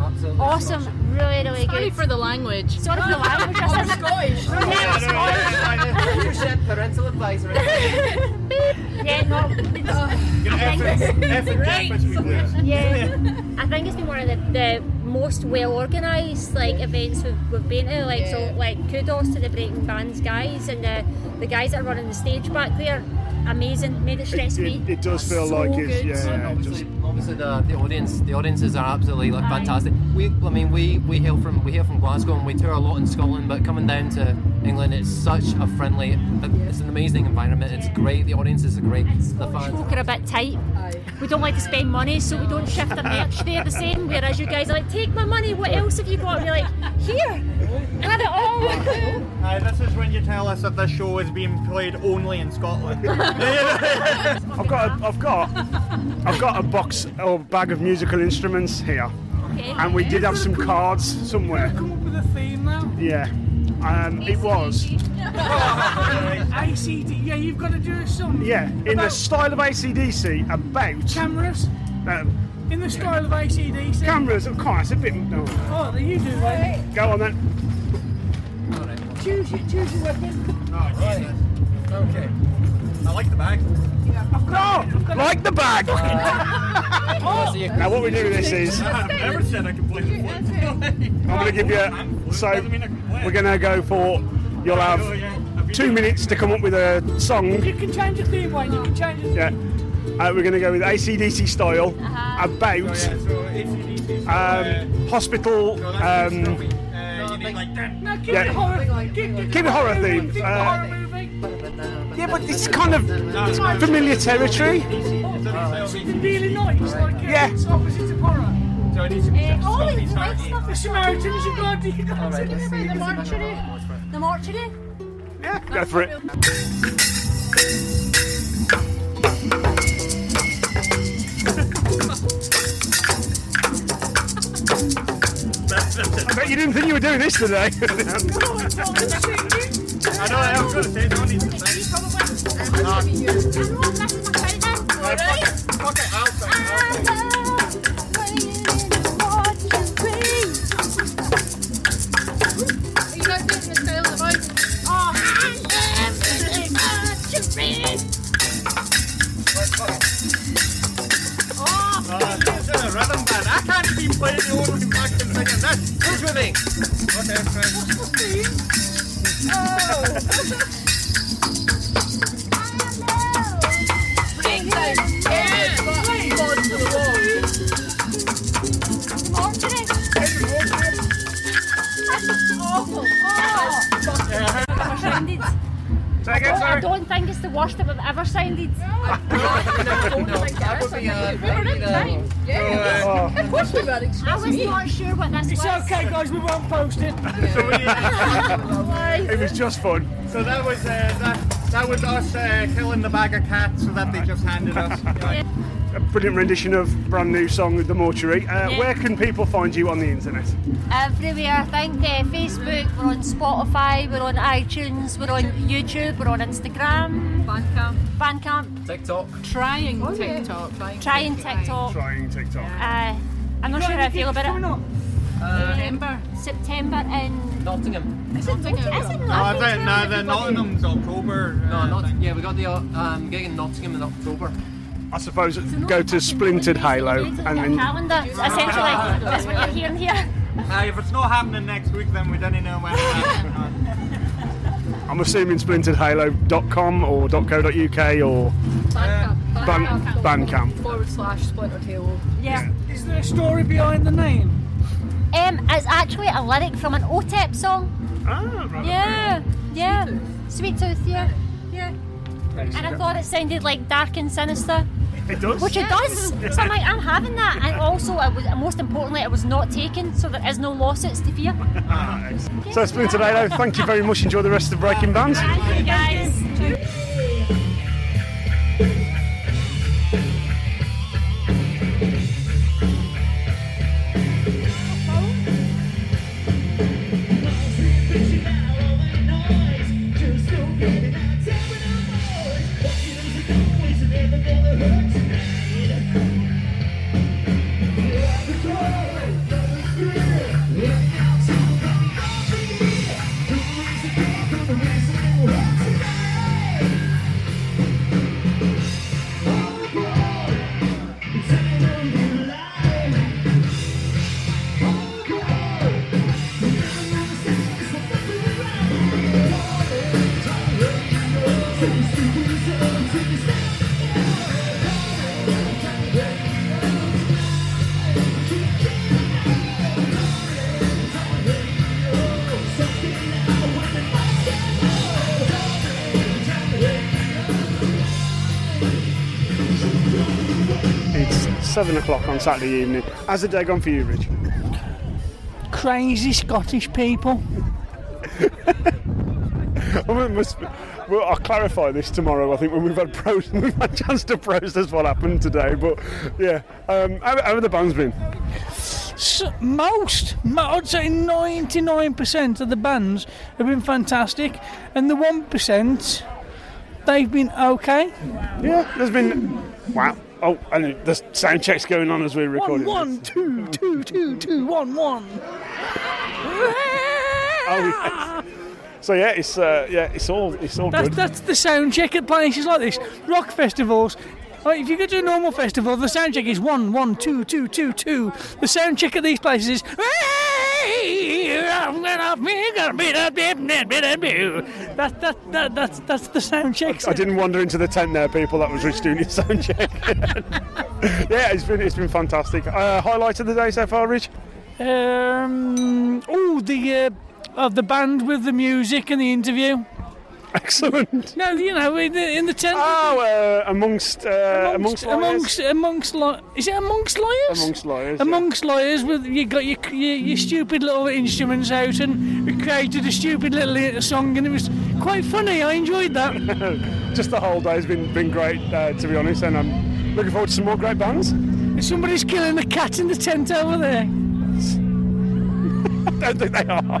Awesome, Oh, really, really Sorry good. for the language. Oh, Sorry for the language. I'm Scottish. Yeah, parental advice yeah, no. I think it's- Yeah, I think it's been one of the, the most well organised like events we've, we've been to. Like so, like kudos to the Breaking Bands guys and the the guys that are running the stage back there. Amazing, made it stress free. It does feel like it's yeah. And obviously, obviously the, the audience the audiences are absolutely like fantastic. We I mean we, we hail from we hail from Glasgow and we tour a lot in Scotland, but coming down to England, it's such a friendly. It's an amazing environment. It's great. The audiences are great. The fans. Folk are a bit tight. We don't like to spend money, so we don't shift the merch. They're the same. Whereas you guys are like, take my money. What else have you got? And you're like, here, have it all. Uh, this is when you tell us that this show is being played only in Scotland. I've got, a, I've got, I've got a box or bag of musical instruments here, and we did have some cards somewhere. Come up with a theme now. Yeah, um, it was. ACD. Yeah, you've got to do something. Yeah, in the style of ACDC about cameras. Um, in the style of ACDC. Cameras, of course. A bit. Oh, Oh, you do then. go on then. Choose your choose your weapon. okay. I like the bag. No, like the bag. now what we do with this is, I've never said I can play the I'm going to give you. So we're going to go for. You'll have two minutes to come up with a song. You can change the theme, Wayne. You can change the Yeah. Uh, we're going to go with ACDC style Uh-huh. Oh, about Oh, um, hospital. Um, No, keep Yeah. it horror. Keep, keep it horror movie, themed. Keep it Uh, horror movie. yeah, but it's kind of it's familiar territory. It's really nice. Like, yeah. It's opposite to horror. So I need to uh, all the great stuff. The Samaritans, you got to you got to The mortuary. The mortuary. Yeah, go for it. I bet you didn't think you were doing this today. I know, I was going to say, don't need to say. Ah. Fuck it, I'll say it, I'll say it. Are you not doing the style of voice? Uh, this is a rhythm band. I can't even play the old one back in second. That's who's with me? Okay, friend. Sounded. I again, don't, I sorry? don't think it's the worst that we've ever sounded. Of course we were, excuse I was me. not sure what this It's was. okay, guys. We won't post it. it was just fun. So that was uh, that. That was us uh, killing the bag of cats so that they just handed us. A brilliant rendition of brand new song The Mortuary. Uh, Yeah. Where can people find you on the internet? Everywhere, I think uh, Facebook, we're on Spotify, we're on iTunes, we're on YouTube, we're on Instagram, Bandcamp, Bandcamp, TikTok, trying TikTok, trying TikTok. Trying TikTok. Uh, I'm not sure how I feel about it. September. September in Nottingham. Is it Nottingham? Is it No, I Nottingham? think no, the Nottingham's October. No, not, yeah, we got the uh, um, gig in Nottingham in October. I suppose go to Splintered Halo and then calendar, essentially. That's what you're hearing here. Uh, if it's not happening next week, then we don't even know when. I'm assuming splinteredhalo.com or .co.uk or Ban- Bandcamp. Forward slash Splinter Table. Yeah. Is there a story behind the name? Um, it's actually a lyric from an OTEP song. Ah, right. Yeah, yeah. Sweet Tooth, yeah. Yeah. And I thought it sounded like dark and sinister. It does. Which it does. So I'm like, I'm having that. And also, it was, most importantly, it was not taken, so there is no lawsuits to fear. Ah, excellent. so Splintered Halo, thank you very much. Enjoy the rest of Breaking Bands. Thank you guys. It's seven o'clock on Saturday evening. How's the day gone for you, Rich? Crazy Scottish people. Well, it must be- well, I'll clarify this tomorrow. I think when we've had pros, we've had a chance to process what happened today. But yeah, um, how, how have the bands been? S most, mo- I'd say 99% of the bands have been fantastic, and the 1%, they've been okay. Yeah, there's been. Wow. Oh, and the sound check's going on as we're recording. One, two, two, two, two, one, one. Oh, yes. So yeah, it's uh, yeah, it's all it's all That's, good. that's the sound check at places like this. Rock festivals. Like, if you go to a normal festival, the sound check is one, one, two, two, two, two. The sound check at these places is. Um, That, that, that, that's, that's the sound check. I didn't wander into the tent there, people. That was Rich doing his sound check. yeah, it's been it's been fantastic. Uh, highlight of the day so far, Rich. Um, oh, the uh, of the band with the music and the interview. Excellent. No, you know, in the, in the tent. Oh, uh, amongst, uh, amongst amongst amongst li- is it amongst lawyers? Amongst lawyers, yeah. Amongst lawyers, with you got your, your your stupid little instruments out, and we created a stupid little i- song, and it was quite funny. I enjoyed that. Just the whole day's been been great, uh, to be honest, and I'm looking forward to some more great bands. Somebody's killing a cat in the tent over there. I don't think they are.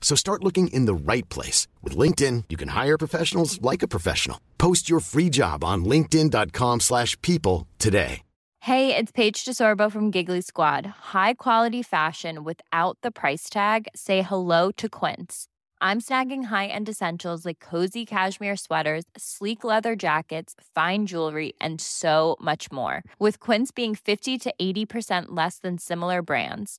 So start looking in the right place. With LinkedIn, you can hire professionals like a professional. Post your free job on linkedin.com/people slash people today. Hey, it's Paige DeSorbo from Giggly Squad. High quality fashion without the price tag. Say hello to Quince. I'm snagging high-end essentials like cozy cashmere sweaters, sleek leather jackets, fine jewelry, and so much more. With Quince being 50 to 80% less than similar brands.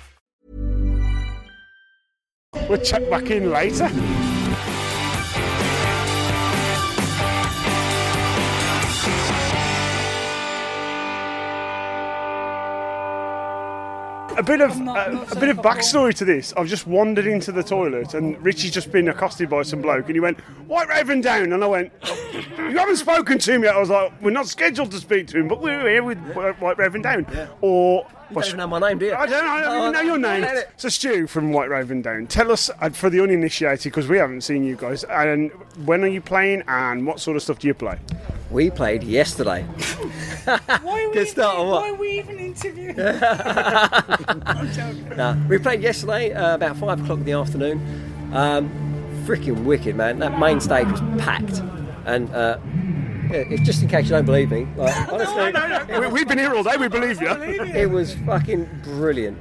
We'll check back in later. A bit of uh, a, a bit of backstory to this. I've just wandered into the toilet and Richie's just been accosted by some bloke, and he went White Raven down, and I went, "You haven't spoken to me." yet." I was like, "We're not scheduled to speak to him, but we're here with White Raven down." Or you don't even know my name, do you? I don't, I don't Oh, even know your name. I know it. So Stu from White Raven Down, tell us uh, for the uninitiated because we haven't seen you guys. And when are you playing? And what sort of stuff do you play? We played yesterday. Why are Good start or Oh, what? Why are we even interviewing? Nah, we played yesterday uh, about five o'clock in the afternoon. Um, freaking wicked, man! That main stage was packed, and uh, yeah, it's just in case you don't believe me, like, honestly, We- We've been here all day. We believe you. it was fucking brilliant.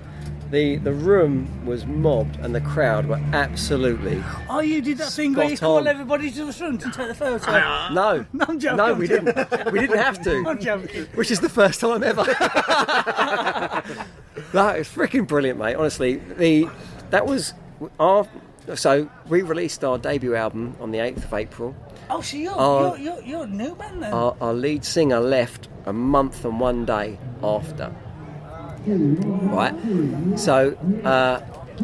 The the room was mobbed, and the crowd were absolutely. Oh, you did that thing where you Spot on. uh, call everybody to the front and take the photo. Ah. No, No, I'm joking. no, I'm we joking. didn't. We didn't have to. I'm joking. which is the first time ever. that is freaking brilliant, mate. Honestly, the that was our. So we released our debut album on the eighth of April. Oh, so you're, Oh. you're, you're, you're a new man then? Our, our lead singer left a month and one day after. Right. So uh,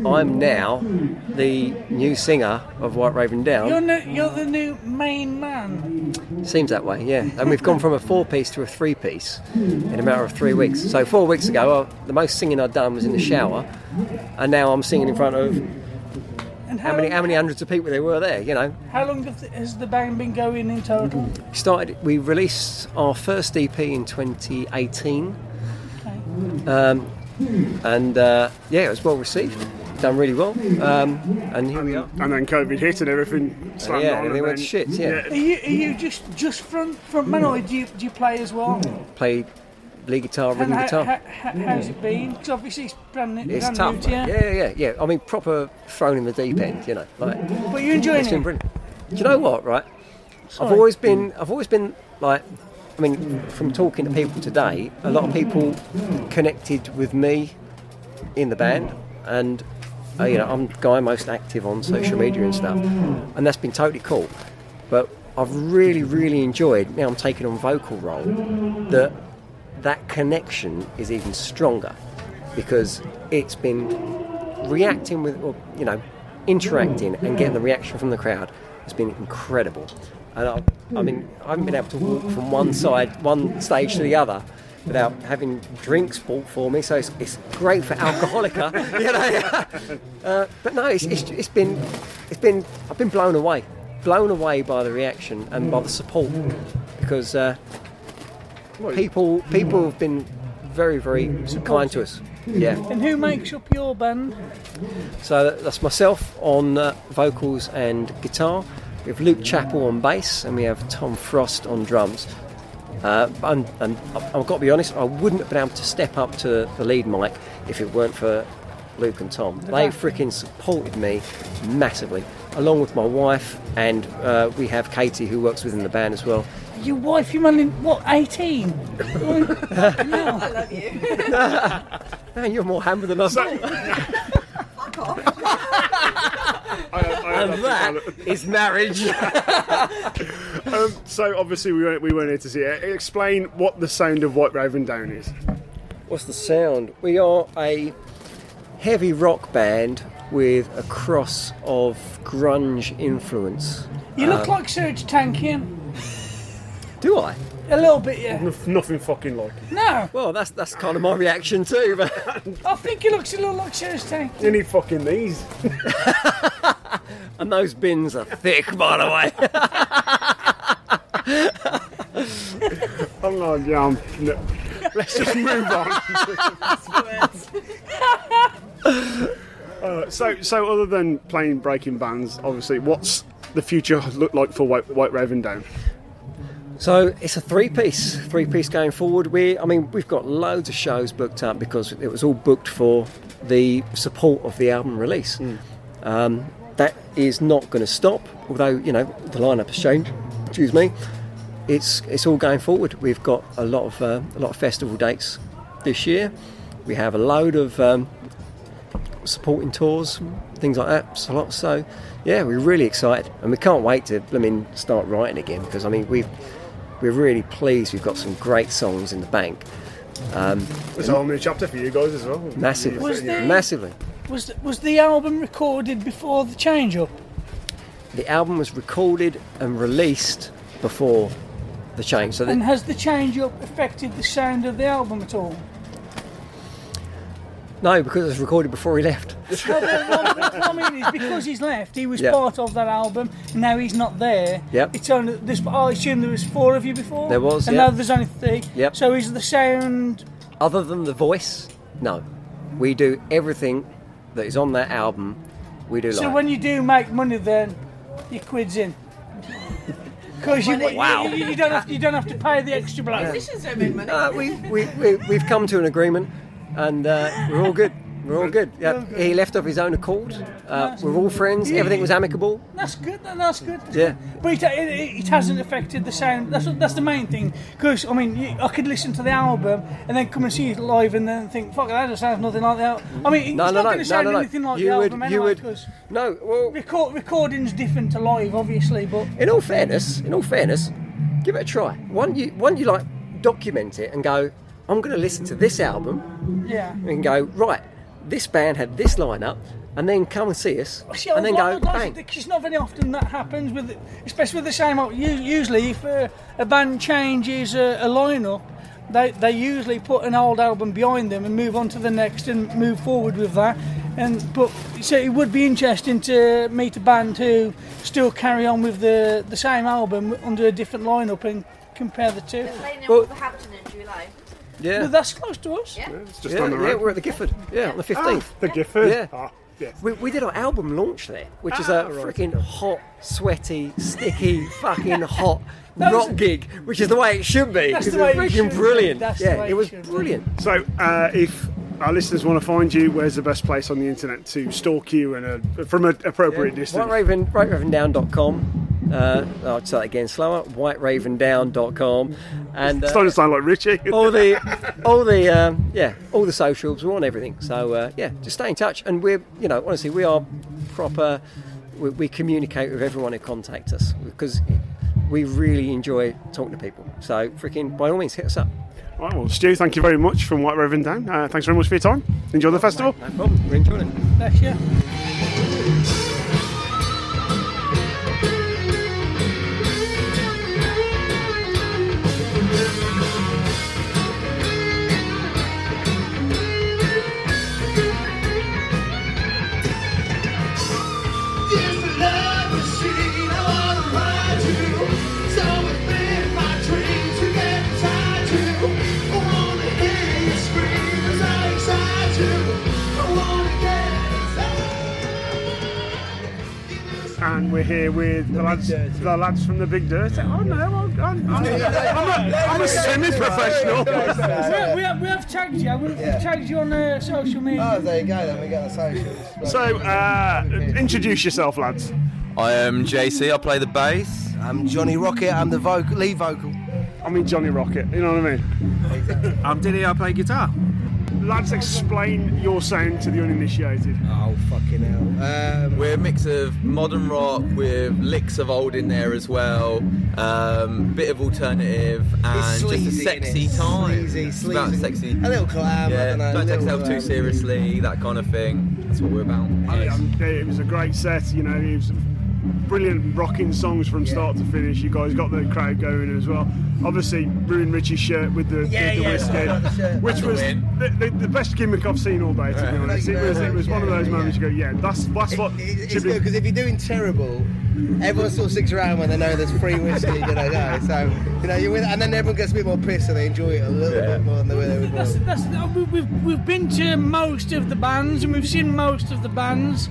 I'm now the new singer of White Raven Down. You're, new, you're the new main man. Seems that way, yeah. And we've gone from a four piece to a three piece in a matter of three weeks. So, four weeks ago, I, the most singing I'd done was in the shower, and now I'm singing in front of And how many, how many hundreds of people there were there, you know. How long have the, has the band been going in total? Started, we released our first EP in 2018, um, and uh, yeah, it was well received, done really well. Um, and here we are. And then COVID hit and everything slammed yeah, on. and it went shit, yeah. Are you, are you just just front front man or do you, do you play as well? Play lead guitar, and rhythm how, guitar. how- how- how's it been? 'Cause obviously it's brand new, It's brand tough, new to you. mate. yeah, yeah, yeah. I mean, proper thrown in the deep end, you know. Like, But you're enjoying it's been it? brilliant. Do you know what? Right, Sorry. I've always been, I've always been like, I mean, from talking to people today, a lot of people connected with me in the band, and uh, you know, I'm the guy most active on social media and stuff, and that's been totally cool. But I've really, really enjoyed now. I'm taking on vocal role. That that connection is even stronger because it's been reacting with, or, you know, interacting and getting the reaction from the crowd has been incredible. And I, I mean, I haven't been able to walk from one side, one stage to the other without having drinks bought for me. So it's, it's great for Alcoholica, you know. Uh, but no, it's, it's, it's been, it's been, I've been blown away, blown away by the reaction and by the support because uh, people, people have been very, very kind to us. Yeah. And who makes up your band? So that- that's myself on uh, vocals and guitar. We have Luke Chappell on bass, and we have Tom Frost on drums. Uh, and, and I've got to be honest, I wouldn't have been able to step up to the lead mic if it weren't for Luke and Tom. They freaking supported me massively, along with my wife, and uh, we have Katie who works within the band as well. Your wife, you're only, what, 18? I love you. Man, you're more hammered than us. and that is marriage. um, so obviously we weren't, we weren't here to see it. Explain what the sound of White Raven Down is. What's the sound? We are a heavy rock band with a cross of grunge influence. You look Um, like Serge Tankian. Do I? A little bit, yeah. nothing fucking like it. No. Well, that's that's kind of my reaction too. But I think he looks a little like Sharks Tank. You need fucking these. and those bins are thick, by the way. I'm like, yeah, I'm, no. let's just move on. Uh, so, so other than playing breaking bands, obviously, what's the future look like for White, White Raven Down? So it's a three-piece, three-piece going forward. We, I mean, we've got loads of shows booked up because it was all booked for the support of the album release. Um, that is not going to stop, although you know the lineup has changed. Excuse me. It's it's all going forward. We've got a lot of uh, a lot of festival dates this year. We have a load of um, supporting tours, things like that. So, lot. so yeah, we're really excited, and we can't wait to I mean start writing again because I mean we've we're really pleased. We've got some great songs in the bank. Um, There's a whole new chapter for you guys as well. massively, Was there- massively. Was the, was the album recorded before the change up? The album was recorded and released before the change. So and that, has the change up affected the sound of the album at all? no, because it was recorded before he left. No, what, what I mean is because he's left, he was Yeah. part of that album. Now he's not there. Yep. It's only there's. I assume there was four of you before. There was, And yeah. now there's only three. Yep. So is the sound? Other than the voice, no. We do everything that is on that album. We do so live. when you do make money, then your quids in. Because you, Wow. you, you don't have, you don't have to pay the extra bloke. Musicians don't make money. Uh, we, we, we, we've come to an agreement and uh, we're all good. We're all good. Yeah, he left of his own accord. Uh, we're all friends. Everything was amicable. That's good. then, That's good. that's Yeah. good. But it, it, it hasn't affected the sound. That's what- that's the main thing. Because I mean, you, I could listen to the album and then come and see it live and then think, "Fuck, that just sounds nothing like the album." I mean, it's No, not no, no, going to no, sound no, no. anything like You the would- album you anyway. would- no, well, record, recording's different to live, obviously. But In all fairness, in all fairness, give it a try. One you, one you like, document it and go. I'm going to listen to this album yeah. and go right. This band had this lineup, and then come and see us, See, and then I go would like bang. to- 'cause it's not very often that happens with, especially with the same. old- u- Usually, if uh, a band changes a, a lineup, they they usually put an old album behind them and move on to the next and move forward with that. And but so it would be interesting to meet a band who still carry on with the the same album under a different lineup and compare the two. Well- Hampton in July. Yeah. Well, that's close to us. Yeah. just yeah, down the yeah, road. we're at the Gifford. Yeah, on the fifteenth. the Gifford. Yeah. Ah, We, we did our album launch there, which is Ah, a right. freaking hot, sweaty, sticky, fucking hot That was- rock gig, which is the way it should be. That's It's the way it should freaking be. brilliant. That's the yeah, way it it was should be. brilliant. So, uh, if our listeners want to find you, where's the best place on the internet to stalk you and uh, from an appropriate distance? WhiteRaven, WhiteRavenDown.com. Uh, I'll say that again slower. WhiteRavenDown.com. And uh, Starting to sound like Richie. all the, all the, um, yeah, all the socials. We're on everything. So uh, yeah, just stay in touch. And we're, you know, honestly, we are proper. We, we communicate with everyone who contacts us because we really enjoy talking to people. So freaking, by all means, hit us up. Right, well, Stu, thank you very much from White Raven Down. Uh, thanks very much for your time. Enjoy the festival. Oh, No problem. We're enjoying it. Bless you. It's the love machine. I wanna ride you. So it's been my dream to get inside you. I wanna hear you scream as I excite you. I wanna get And we're here with the lads, the lads from the Big Dirt. Oh no, I'm, I'm, I'm, I'm a- I'm a semi-professional. we, we have, we have tagged you. We've we've tagged you on uh, social media. Oh, there you go. Then we got the socials. So, uh, introduce yourself, lads. I am JC. I play the bass. I'm Johnny Rocket. I'm the vocal, lead vocal. I mean Johnny Rocket. You know what I mean? I'm Diddy. I play guitar. lads, explain your sound to the uninitiated. Oh, fucking hell. Um, we're a mix of modern rock with licks of old in there as well, um, bit of alternative, and just a sleazy, sexy innit? time. Sleazy, It's about sleazy. sexy. A little collab, Um, I yeah, dunno, don't take little, yourself too um, seriously, that kind of thing. That's what we're about. I mean, um, it was a great set, you know, it was brilliant rocking songs from start to finish. You guys got the crowd going as well. Obviously, Ruin Richie's shirt with the, Yeah, the, the yeah, whisk I got the head, shirt. which That's a was win. the, the, the best gimmick I've seen all day, to be Yeah. honest. It was, it was one of those moments you go, yeah, that's, that's what It's should good be because if you're doing terrible, everyone sort of sticks around when they know there's free whiskey. you know, no, so you know, you win, and then everyone gets a bit more pissed and they enjoy it a little bit more than the way they would. That's, that's, uh, we- we've, we've been to most of the bands and we've seen most of the bands,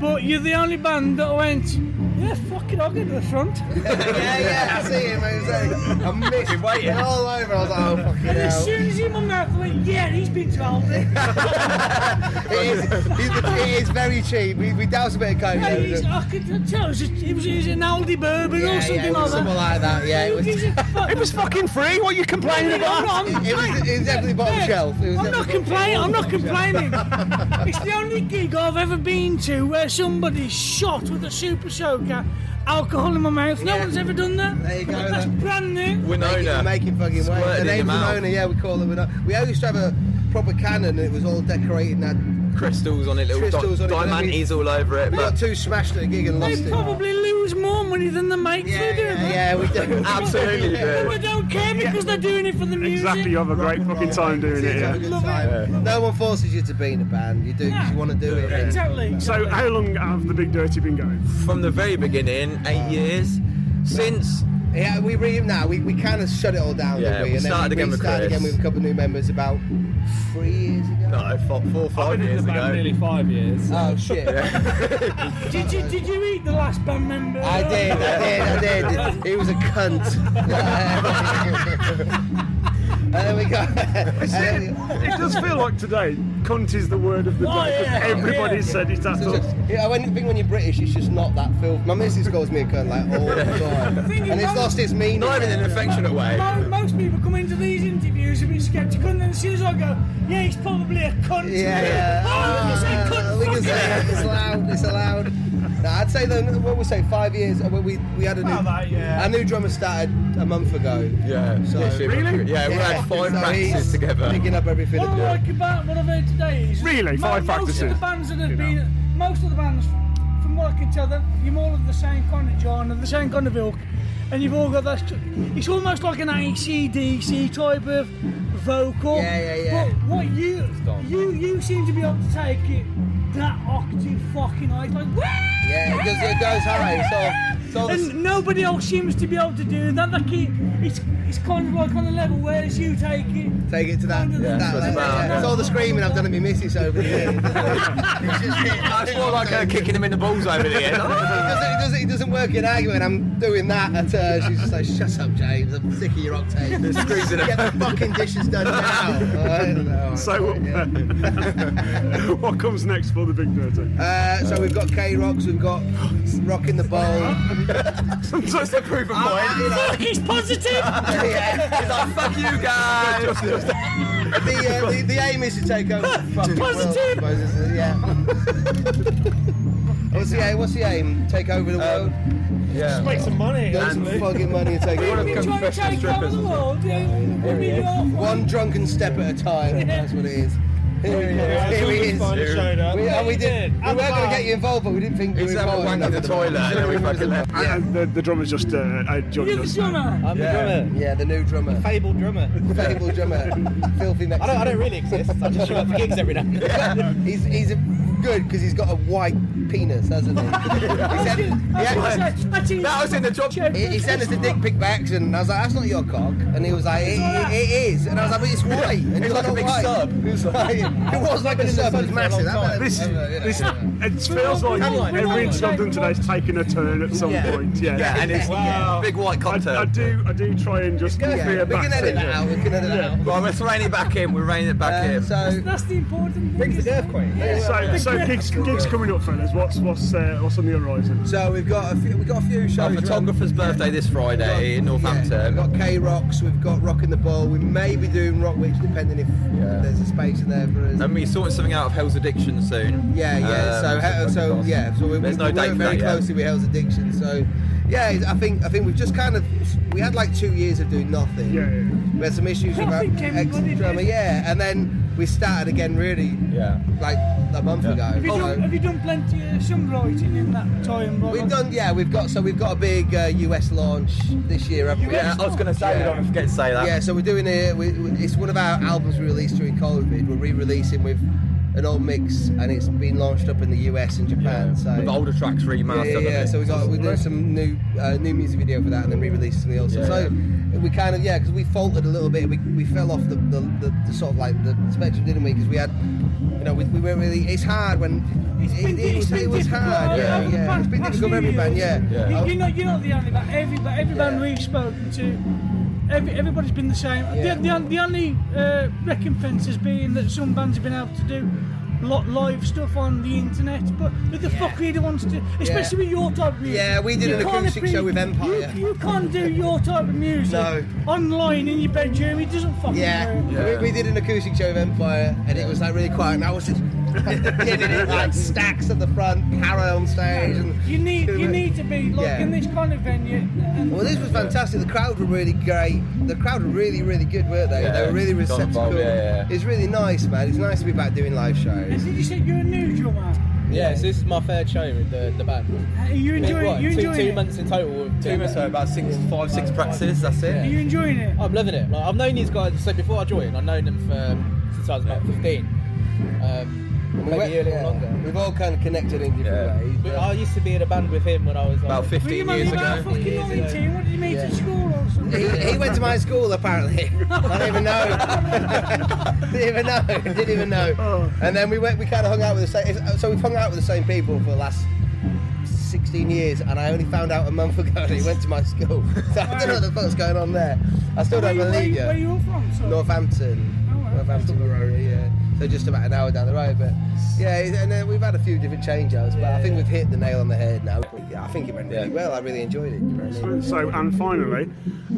but you're the only band that went, yeah, fuck it, I'll get to the front. yeah, yeah, I see him. I was like, I missed Been waiting. it all over. I was like, oh fucking And as hell. soon as he mum out, I went, yeah, he's been told it. It is, it is very cheap. We, we douse a bit of coke. Yeah, don't we? he's, I could tell it was, just, it was, it was an Aldi bourbon Yeah, or something yeah, it was like that. something like that, yeah, it was- it was fucking free. What are you complaining about? I'm, It was- mate, it was definitely bottom mate, shelf. It was I'm not definitely complaining. I'm not bottom complaining. shelf. it's the only gig I've ever been to where somebody shot with a super soaker, alcohol in my mouth. No one's ever done that. There you go. That's brand new. Winona. Making fucking way. Squirted The in name's the mouth. Winona, yeah, we call it Winona. We used to have a proper cannon and it was all decorated and had Crystals on it, little Crystals di- on it, but then we- diamantes all over it. We But got two smashed at a gig and lost They it. probably lose more money than they make for doing that. yeah, we do. Absolutely do. But we don't care because they're doing it for the music. Exactly, you have a great fucking time doing it. Have Yeah. a good time. No one forces you to be in a band. You do because you want to do it. So, how long have the Big Dirty been going? From the very beginning, Uh, eight years. Since yeah, we re now we, we kind of shut it all down. Yeah, didn't we? we and then started again we with started Chris. again with a couple of new members about three years ago. No, four, four five years ago. Nearly five years. Oh shit! Did you did you eat the last band member? I did, I did, I did. He was a Uh, cunt. and then we got. and then we- It does feel like today, cunt is the word of the day. Oh, yeah, Everybody yeah. said it at So us. it's- yeah, when, I think when you're British, it's just not that filth. My missus calls me a cunt like all the time, and it's lost its meaning. Not even in an affectionate way. Mo- Most people come into these interviews a bit sceptical, and then as soon as I go, yeah, he's probably a cunt. Yeah, yeah. Uh, Oh, we can say cunt. we can fuck say it. it. it's allowed. It's allowed. No, I'd say though, what we say, five years. uh, We we had a new. Our new drummer started a month ago. Yeah. So Yes, yeah, Really? yeah, we had five So he's practices together. Picking up everything. What I like about what I've heard today is Really? Five most practices? of the bands that have been, most of the bands, from what I can tell, they're- you're all of the same kind of genre, the same kind of ilk, and you've all got that. st- It's almost like an ACDC type of vocal. Yeah, yeah, yeah. But what you you you seem to be able to take it that octave fucking high, it's like Yeah, it goes- it goes high, so- so and nobody else seems to be able to do that. Like it, it's it's kind of like on a level where it's you take it. Take it to that. Yeah, that so it's level. about- It's all the screaming I've done at my missus over the years. That's more like uh, kicking him in the balls over the it, end. doesn't, it, doesn't, it doesn't work in argument. I'm doing that at her. She's just like, shut up, James. I'm sick of your octave. They're squeezing it. Get the fucking dishes done now. so, what, what comes next for the Big Dirty? Uh, so we've got K Rocks, we've got Rock in the Bowl. Just to prove a point. Fuck, he's positive! yeah. He's like, fuck you guys! the, uh, the, the aim is to take over the fucking Positive. world. I suppose, isn't it? Yeah. what's, the aim? what's the aim? Take over the world? Um, yeah. Just make some money. Get some fucking money and take We over wanna become professional Take over the strippers. world, One drunken step at a time. That's what it is. Here he Yeah, is. Here he Jordan is. finally showed up. We, and we did. We At were the going to bar. get you involved, but we didn't think you were He's having a involved. wank in the toilet and then we fucking left. And the, the drummer's just uh, uh, joined us. I'm Yeah. the drummer. Yeah, the new drummer. fabled drummer. fabled drummer. Filthy Mexican. I don't, I don't really exist. I just show up for gigs every now and then. he's he's a, good because he's got a white penis, hasn't he? he sent, yeah, that was in the job. He, he sent us a dick pic by accident, and I was like, "That's not your cock," and he was like, "It, it, it is," and I was like, "But it's white." And It's you're like a not big white. sub. It was like, it was like a sub. It was massive. That- This, yeah, this yeah. it feels like Hang on. every inch I've done today's taken a turn at some Yeah. point. Yeah, Yeah, and it's- Wow. big white I, I do, I do try and just be Yeah, a we can edit that out, we can edit that out. Right, let's rein it back in. We're reining it back Uh, in. So that's the important thing. Brings the earthquake. So, so gigs, gigs coming up, fellas. What's what's uh, what's on the horizon? So we've got a few, we've got a few Our shows. photographer's birthday this Friday in We've Northampton. got K Rocks, we've got Rockin' the Ball, we may be doing Rockwich depending if there's a space in there for us. And we're sorting something out of Hell's Addiction soon. Yeah, yeah. Um, so, so, so yeah. So we, we, There's no we date work for very that yet. closely with Hell's Addiction. So, yeah, it's- I think I think we've just kind of we had like two years of doing nothing. Yeah. We had some issues with our ex drummer. Yeah, and then we started again really. Yeah. Like a month Have you, ago. Oh, done, So- have you done plenty of songwriting in that time? Rob? We've done, yeah. We've got so we've got a big uh, US launch this year, haven't we? Yeah, I was gonna say, don't forget to say that. Yeah, so we're doing it. We, we- it's one of our albums we released during COVID. We're re-releasing with an old mix, and it's been launched up in the US and Japan. So With older tracks remastered. yeah, yeah, yeah. haven't So we got we did some new uh, new music video for that, and then re-released something else. Yeah, so we kind of yeah, because we faltered a little bit. We, we fell off the, the, the, the sort of like the spectrum, didn't we? Because we had you know we, we weren't really. It's hard when it, it was, it was hard. Yeah, yeah. It's been difficult for every band. Yeah. You, you're, not, you're not the only band. Every, ba- every band we've spoken to, every, everybody's been the same. The, the, on- the only uh, recompense has been that some bands have been able to do lot live stuff on the internet, but who the fuck really wants to, especially with your type of music. Yeah, we did You an can't acoustic appre- show with Empire. You, you can't do your type of music No. online in your bedroom. It doesn't fucking Yeah, work. We, we did an acoustic show of Empire, and it was like really quiet, and I was just hitting it like stacks at the front, parrot on stage, and You need you need to be like Yeah. in this kind of venue. and- Well, this was fantastic. The crowd were really great. The crowd were really, really good, weren't they? Yeah, they were really got receptive. involved, yeah, yeah. It's really nice, man. It's nice to be back doing live shows. Did you say you're a new drummer? Yeah, so this is my third show with the, the band. Are you It's enjoying? what, You two, enjoying? two it? months in total. Two, months, so about six, five, six practices, that's it. Are you enjoying it? I'm loving it. Like, I've known these guys, so before I joined, I've known them for, um, since I was about 15. Um, maybe a little longer. We've all kind of connected in different ways. But I used to be in a band with him when I was like, About Were you only about fucking 19? What did you meet at school or something? He, he went to my school apparently. I don't even know. didn't even know. Didn't even know. And then we went. We kind of hung out with the same. So we've hung out with the same people for the last 16 years, and I only found out a month ago that he went to my school. So I don't know what the fuck's going on there. I still Where don't you- where believe you- you. Where you all from? Oh, sorry? Northampton. Northampton, Aurora, yeah. So just about an hour down the road, but yeah, and then we've had a few different changeouts, but I think we've hit the nail on the head now. Yeah, I think it went really well. I really enjoyed it. So, and finally,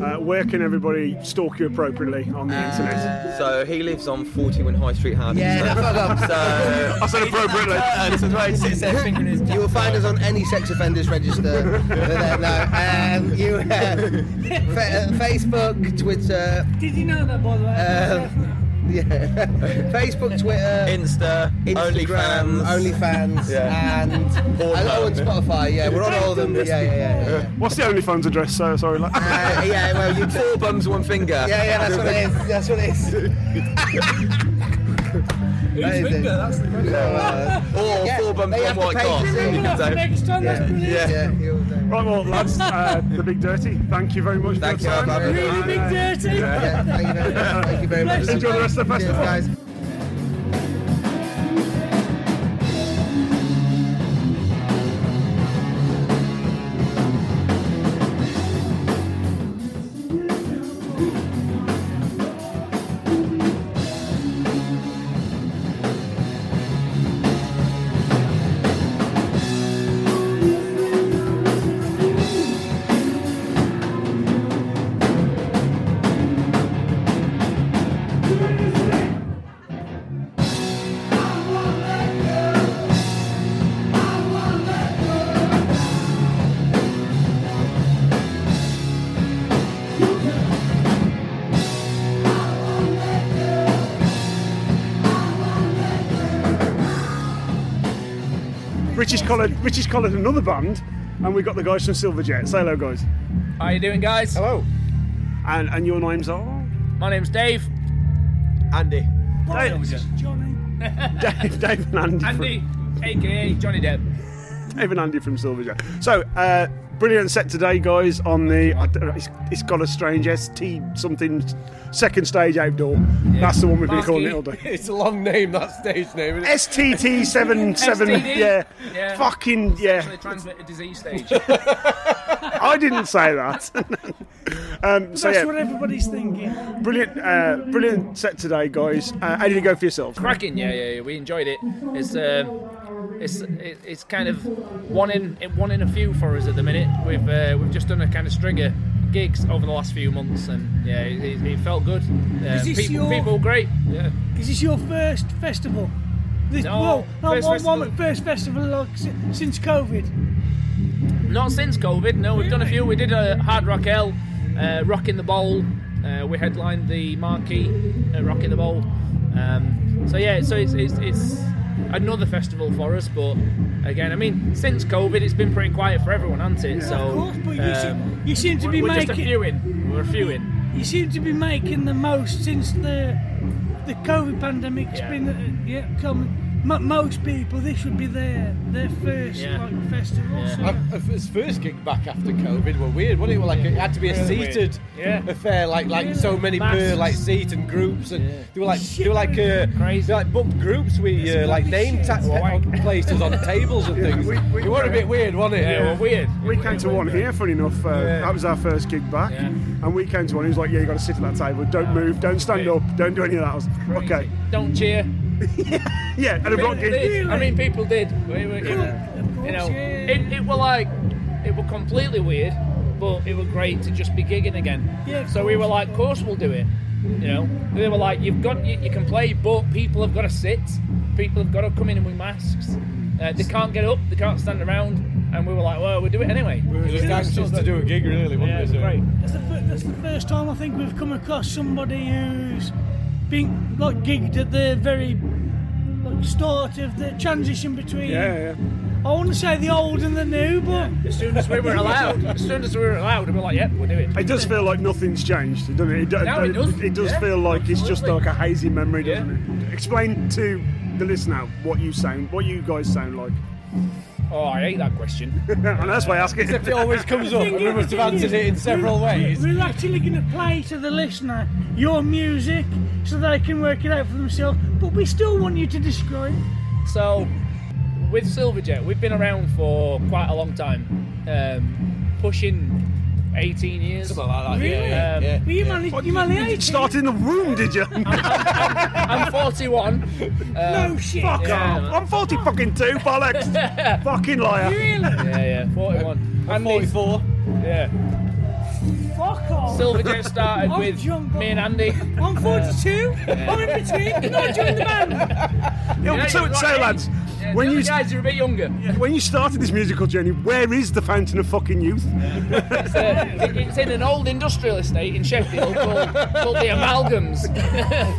uh, where can everybody stalk you appropriately on the internet? So he lives on 41 High Street, Harvey. Yeah, so, fuck off. So I said appropriately. Uh, so right, sits there fingering his You will find us on any sex offenders register. They're there now. um, you, uh, fa- uh, Facebook, Twitter. Did you know that, by the way? Um, yeah. Facebook, Twitter, Insta, Instagram, OnlyFans, Yeah. and and- oh, and Spotify. Yeah, we're on all of them. Yeah, yeah, yeah. yeah. What's the OnlyFans address? So sorry. Like, Uh, yeah, well, you four bums, one finger. Yeah, yeah, that's what it is. That's what it is. That is it. Yeah, well, Or yeah, four bums, they one have to white pay cock. for it. You can say- Yeah. Yeah. Right, well, lads, uh, the big dirty. Thank you very much. Thank for your you, time. I've had it. Really big dirty. Yeah. Yeah, thank you very much. Thank you very much. Enjoy the rest of the Cheers, festival, guys. Richie's collared, Richie's collared another band, and we got the guys from Silverjet. Say hello, guys. How you doing, guys? Hello. And and your names are My name's Dave. Andy. Dave, Dave and Andy. Andy, aka Johnny Depp. Dave and Andy from Silverjet. So uh, Brilliant set today, guys. On the I don't know, it's, it's got a strange ST something second stage outdoor. That's the one we've been calling it all day. It's a long name, that stage name. isn't it? STT seven seven STD? yeah. Yeah. fucking yeah. Sexually transmitted disease stage. I didn't say that. um, so That's yeah, what everybody's thinking. brilliant, uh, brilliant set today, guys. Uh, how did it go for yourselves? cracking. Yeah, yeah, yeah. We enjoyed it. It's um, it's it, it's kind of one in it- one in a few for us at the minute. We've uh, we've just done a kind of string of gigs over the last few months, and yeah, it, it, it felt good. Uh, Is this people, your- people, great. Yeah. Is this your first festival? This, No, well, not first one festival- moment, first festival like, si- since COVID. Not since COVID. No, we've done a few. We did a Hard Rock L, uh, Rock in the Bowl. Uh, we headlined the marquee at Rock in the Bowl. Um, so yeah, so it's, it's it's another festival for us. But again, I mean, since COVID, it's been pretty quiet for everyone, hasn't it? so Of course, but you um, You seem to we're, be we're making just a few in. We're a few in. You seem to be making the most since the the COVID pandemic's been uh, yeah come. Mo- most people, this would be their their first Yeah. like festival. So. I- I- His first gig back after COVID were weird, wasn't it? Well, like it had to be a Really seated weird. Yeah. affair, like like so many per Masks. like seat and groups, and they were like they were like uh, they were like bump groups with uh, like name ta- on places on tables and things. it was a bit weird, wasn't it? eh? We came to one here, funny enough. Uh, That was our first gig back, and we came to one. He was like, "Yeah, you got to sit at that table. Don't move. Don't stand up. Don't do any of that." I was okay. Don't cheer. yeah, and a rock People gig. did. I mean, people did. We were, it, you know, it, it were like it were completely weird, but it were great to just be gigging again. Yeah. So we were like, of course we'll do it. You know, they were like, you've got you, you can play, but people have got to sit. People have got to come in with masks. Uh, they can't get up. They can't stand around. And we were like, well, we'll do it anyway. We were just anxious to do a gig, really, weren't we? yeah, it was So- great. That's the, fir- that's the first time I think we've come across somebody who's been like gigged at the very like, start of the transition between. Yeah, I want to say the old and the new, but as soon as we were allowed, as soon as we were allowed, we were like, "Yep, we'll do it." It does feel like nothing's changed, doesn't it? It, do- No, it does. It does Yeah, feel like it's just absolutely. like a hazy memory, doesn't it? Explain to the listener what you sound, what you guys sound like. Oh, I hate that question. and that's why I ask it. Except it always comes up, and we must have answered it in several ways. We're actually going to play to the listener your music so they can work it out for themselves, but we still want you to describe. So, with Silverjet, we've been around for quite a long time, um, pushing 18 years. Um, Something like Really? Well, you managed. You managed. You start in the womb, did you? I'm 41. no shit. Fuck Yeah. off. I'm 40 fucking two, bollocks. fucking liar. Yeah, yeah, 41. And 44. Yeah. Fuck off. Silverjet started I'm with drunk, me and Andy. I'm 42. I'm in between. Can I join the band? Yo, Yeah, so, you're so right. lads, Yeah, when the you other guys are a bit younger, when you started this musical journey, where is the fountain of fucking youth? it's, uh, it- it's in an old industrial estate in Sheffield called, called the Amalgams.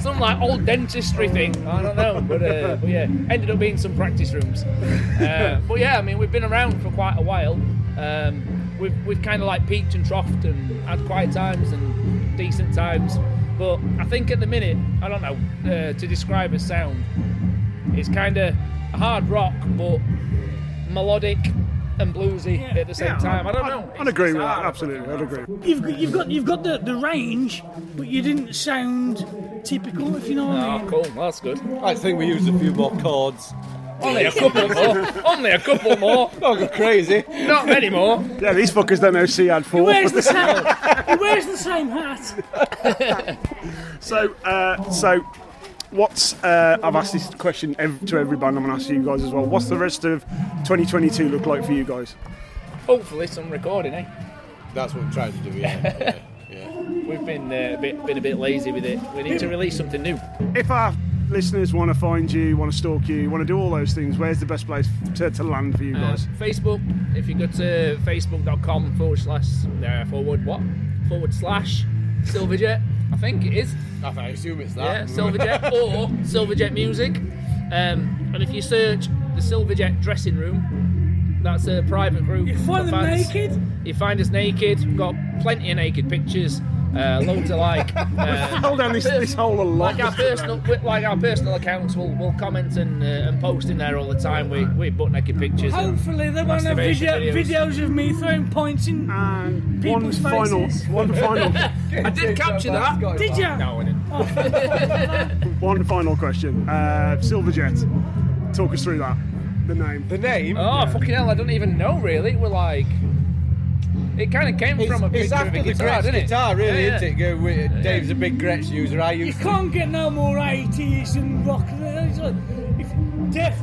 some like old dentistry thing. I don't know, but, uh, but yeah, ended up being some practice rooms. Uh, but yeah, I mean, we've been around for quite a while. Um, we've we've kind of like peaked and troughed and had quiet times and decent times. But I think at the minute, I don't know uh, to describe a sound. It's kind of hard rock, but melodic and bluesy at the same Yeah, time. I don't know. I'd agree with that. Absolutely, I'd agree. You've got, you've got you've got the, the range, but you didn't sound typical, if you know what I Oh, mean. cool. That's good. I think we used a few more chords. Only a couple more. Only a couple more. Don't go crazy. Not many more. Yeah, these fuckers don't know C had four. Where's the same? Where's the same hat? So, uh, so what's uh, I've asked this question ev- to every band. I'm going to ask you guys as well. What's the rest of 2022 look like for you guys? Hopefully, some recording, eh? That's what we're trying to do. Yeah. yeah. We've been uh, a bit, been a bit lazy with it. We need to release something new. If our listeners want to find you, want to stalk you, want to do all those things, where's the best place to, to land for you Uh, guys? Facebook. If you go to facebook.com forward slash uh, forward what forward slash Silverjet, I think it is. I, I assume it's Yeah, that. Silverjet or Silverjet Music. Um, and if you search the Silverjet dressing room, that's a private group. You find them naked? you find us naked. We've got plenty of naked pictures. Uh, loads of like. Uh, Hold on, this, this whole a lot. like our personal, we- like our personal accounts, will will comment and uh, and post in there all the time. We we butt naked pictures. and Hopefully, they won't have masturbation video, videos of me throwing points in people's one final- faces. one final- I did capture that. Did you? No, I didn't. One final question. Uh, Silverjet, talk us through that. The name. The name? Oh fucking hell! I don't even know really. We're like, it kind of came from a It's picture of after the a guitar, Gretsch didn't it? guitar, really, Yeah, isn't it? Go with- Dave's a big Gretsch user. I You used to can't get no more 80s and rock. it's like- if- Def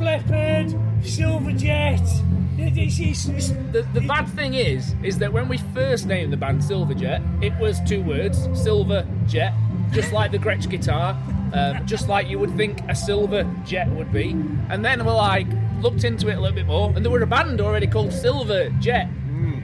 Leppard, Silverjet. it- It's, it's, it's The, the bad thing is, is that when we first named the band Silverjet, it was two words, Silver Jet, just like the Gretsch guitar, um, just like you would think a Silver Jet would be. And then we're like, looked into it a little bit more, and there were a band already called Silver Jet.